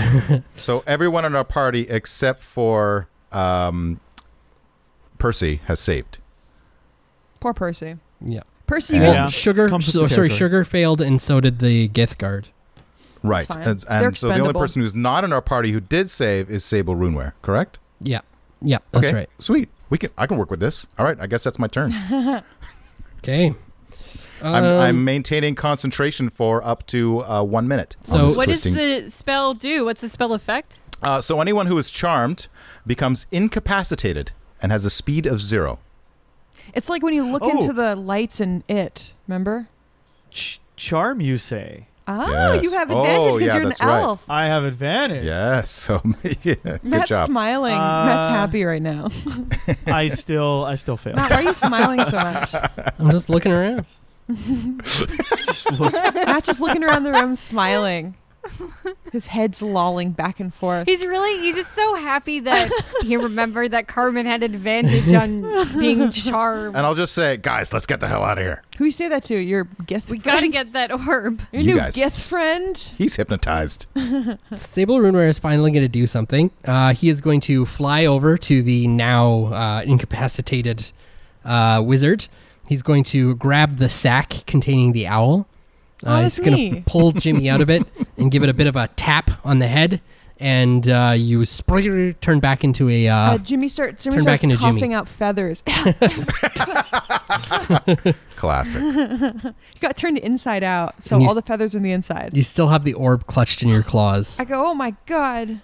So everyone in our party except for um, Percy has saved. Poor Percy. yeah. Percy, Yeah. Well, you got- Sugar. Comes with So, the sorry, territory. Sugar failed, and so did the Githgard. Right. fine. And, They're and so the only expendable. person who's not in our party who did save is Sable Runeware, correct? Yeah. Yeah, that's okay. right. Sweet. We can I can work with this. All right, I guess that's my turn. Okay. I'm, Um, I'm maintaining concentration for up to uh, one minute. on So- this What does twisting. the spell do? What's the spell effect? Uh, so anyone who is charmed becomes incapacitated and has a speed of zero. it's like when you look Oh. into the lights in it. Remember? Ch- charm, you say? Oh, Yes. you have Oh, advantage because yeah, you're an that's right. elf. I have advantage. Yes. So yeah, good Matt's job. smiling. Uh, Matt's happy right now. I still, I still fail. Matt, why are you smiling so much? I'm just looking around. Just look- Matt's just looking around the room smiling. His head's lolling back and forth. He's really, he's just so happy that he remembered that Carmen had advantage on being charmed. and I'll just say, guys, let's get the hell out of here. Who you say that to? Your gith We friend? gotta get that orb. your You new guys. gith friend. He's hypnotized. Sable Runeware is finally going to do something. Uh, he is going to fly over to the now uh, incapacitated uh, wizard. He's going to grab the sack containing the owl. Oh, Uh, that's he's going to me. pull Jimmy out of it and give it a bit of a tap on the head. And uh, you spring, turn back into a. Uh, Uh, Jimmy starts. Jimmy turn back starts into coughing Jimmy. out feathers. Classic. He got turned inside out, so And you all s- the feathers are in the inside. you still have the orb clutched in your claws. I go, oh my god,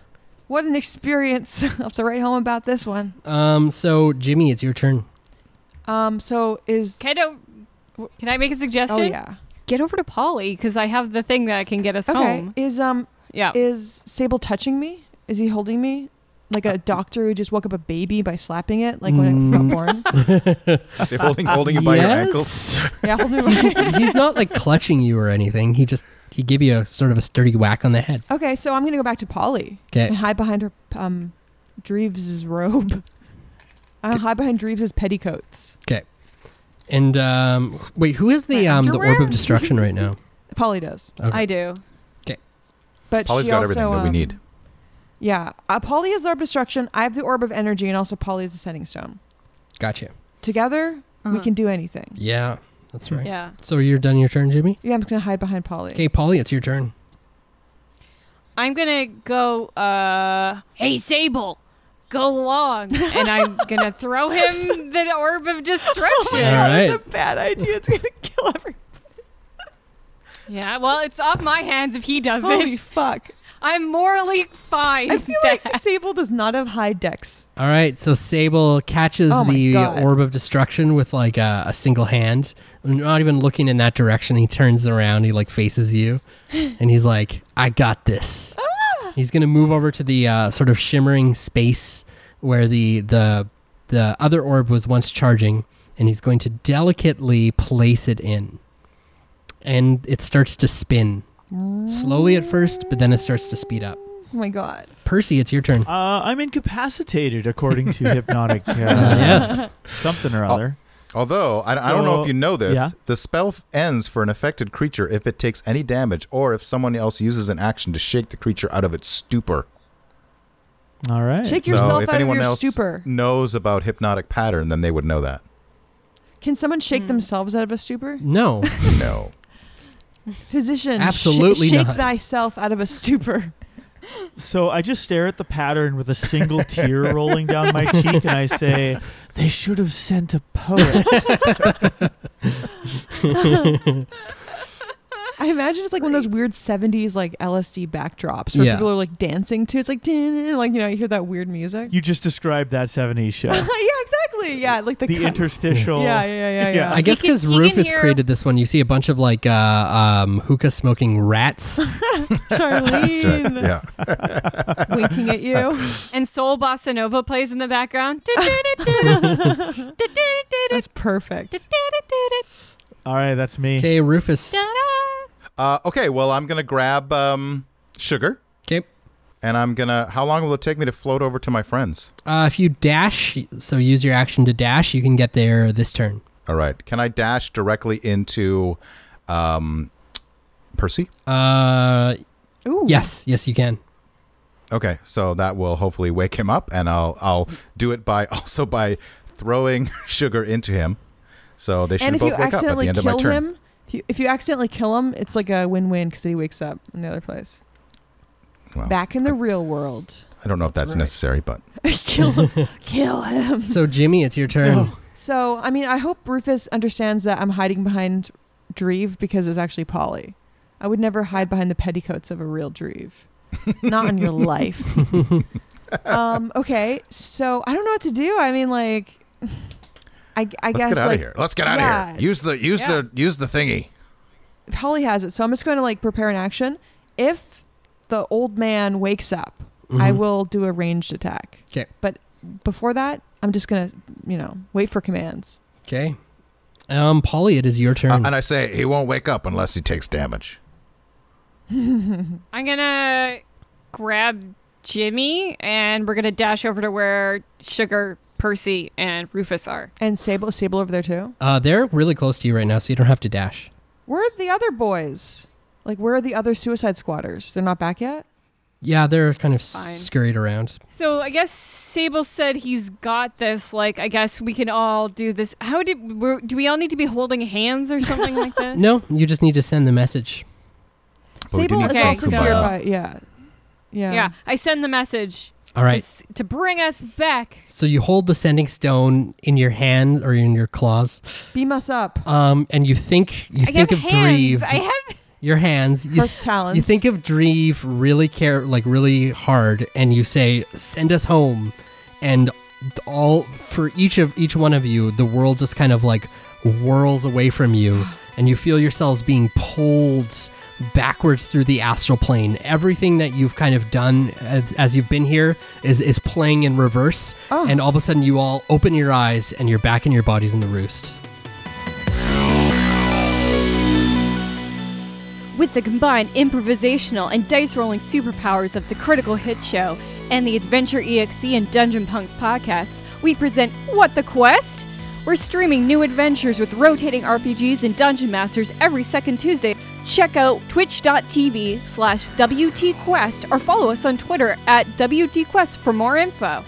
what an experience! I'll have to write home about this one. Um, so, Jimmy, it's your turn. Um, so is Can I, don't- can I make a suggestion? oh yeah, Get over to Polly because I have the thing that can get us okay. home. Is um Uh, Yeah. is Sable touching me? Is he holding me? Like Uh, a doctor who just woke up a baby by slapping it, like when it got Mm. born. Is he holding holding you by your ankles? Yeah, hold me. by- He's not like clutching you or anything. He just he give you a sort of a sturdy whack on the head. okay, so I'm gonna go back to Polly and Okay. hide behind her um, Dreves' robe. I'm gonna hide behind Dreves' petticoats. And um, wait, who is the My um the orb underwear? of destruction right now? Polly does, Okay. I do. but Polly's she got also, everything that we um, need. Yeah, uh, Polly is the orb of destruction. I have the orb of energy, and also Polly is the sending stone. gotcha. Together, we Uh-huh. can do anything. Yeah, that's right. Yeah. So you're done your turn, Jimmy. Yeah, I'm just gonna hide behind Polly. Okay, Polly, it's your turn. I'm gonna go. uh Hey, Sable, go along, and I'm gonna throw him the orb of destruction. my God. Oh That's Alright. a bad idea. It's gonna kill everyone. Yeah. Well, it's off my hands if he does Holy it. fuck! I'm morally fine. I feel that. like Sable does not have high dex. All right. So Sable catches Oh my the God. orb of destruction with like a, a single hand. Not even looking in that direction. He turns around. He like faces you, and he's like, "I got this." Ah! He's gonna move over to the uh, sort of shimmering space where the the the other orb was once charging, and he's going to delicately place it in, and it starts to spin slowly at first, but then it starts to speed up. Oh my god! Percy, it's your turn. uh, I'm incapacitated according to hypnotic. Uh, Uh, yes. Something Oh, or other. Although I, I don't know So- if you know this, yeah. the spell f- ends for an affected creature if it takes any damage or if someone else uses an action to shake the creature out of its stupor. All right. Shake so yourself if out of anyone your else stupor. knows about hypnotic pattern, then they would know that. Can someone shake themselves out of a stupor? No. No. Physician, sh- Absolutely shake not. thyself out of a stupor. So I just stare at the pattern with a single tear rolling down my cheek, and I say, "They should have sent a poet." I imagine it's like one of those weird '70s like LSD backdrops where Yeah. people are like dancing to. It's like, "Din-din-din," like you know, you hear that weird music. you just described that '70s show, yeah, exactly. Yeah, like the, the co- interstitial. Yeah, yeah, yeah, Yeah. yeah. I guess Uh, can- because you can Rufus hear- created this one, you see a bunch of like uh, um, hookah smoking rats. That's right. Charlene Yeah. winking at you. and Soul Bossa Nova plays in the background. That's perfect. All right, that's me. Okay, Rufus. Uh, okay, well, I'm going to grab um, sugar Okay. and I'm going to. How long will it take me to float over to my friends? Uh, if you dash, so use your action to dash, you can get there this turn. All right. Can I dash directly into um, Percy? Uh, Ooh. yes, yes, you can. Okay, so that will hopefully wake him up, and I'll I'll do it by also by throwing sugar into him. So they should And if you both wake up at the accidentally end of my kill turn. him, if you, if you accidentally kill him, it's like a win-win because he wakes up in the other place. Well, Back in the real world, I don't know if that's That's right. necessary, but kill him. kill him. So Jimmy, it's your turn. Oh, So, I mean, I hope Rufus understands that I'm hiding behind Dreve because it's actually Polly. I would never hide behind the petticoats of a real Dreve. Not in your life. um, okay, so I don't know what to do. I mean, like, I, I let's guess get out like of here. Let's get out of yeah. here. Use the use Yeah. the use the thingy. Holly has it, so I'm just going to like prepare an action. If the old man wakes up, Mm-hmm. I will do a ranged attack. 'Kay. But before that, I'm just going to, you know, wait for commands. Okay. Um, Polly, it is your Uh, turn. and I say he won't wake up unless he takes damage. I'm gonna grab Jimmy and we're gonna dash over to where Sugar, Percy, and Rufus are. And Sable, Sable over there too. uh, they're really close to you right now, so you don't have to dash. Where are the other boys? Like, where are the other Suicide Squatters? They're not back yet. Yeah, they're kind of s- Fine. scurried around. So I guess Sable said he's got this. Like I guess we can all do this. How did we're, do we all need to be holding hands or something like this? No, you just need to send the message. But Oh, we do Sable need is some also kumbaya. here by yeah, yeah. Yeah, I send the message All to right. s- to, bring us back. So you hold the sending stone in your hand or in your claws, Beam us up. um, and you think you I think have of hands. Dreve. I have. your hands. You, Her talents. you think of Dreve really care, like really hard, and you say, "Send us home," and all for each of each one of you, the world just kind of like whirls away from you, and you feel yourselves being pulled backwards through the astral plane. Everything that you've kind of done as, as you've been here is is playing in reverse, Oh. and all of a sudden you all open your eyes and you're back in your bodies in the roost. With the combined improvisational and dice rolling superpowers of the Critical Hit Show and the Adventure EXE and Dungeon Punks podcasts, we present What the Quest? We're streaming new adventures with rotating RPGs and Dungeon Masters every second Tuesday. Check out twitch.tv slash WTQuest or follow us on Twitter at WTQuest for more info.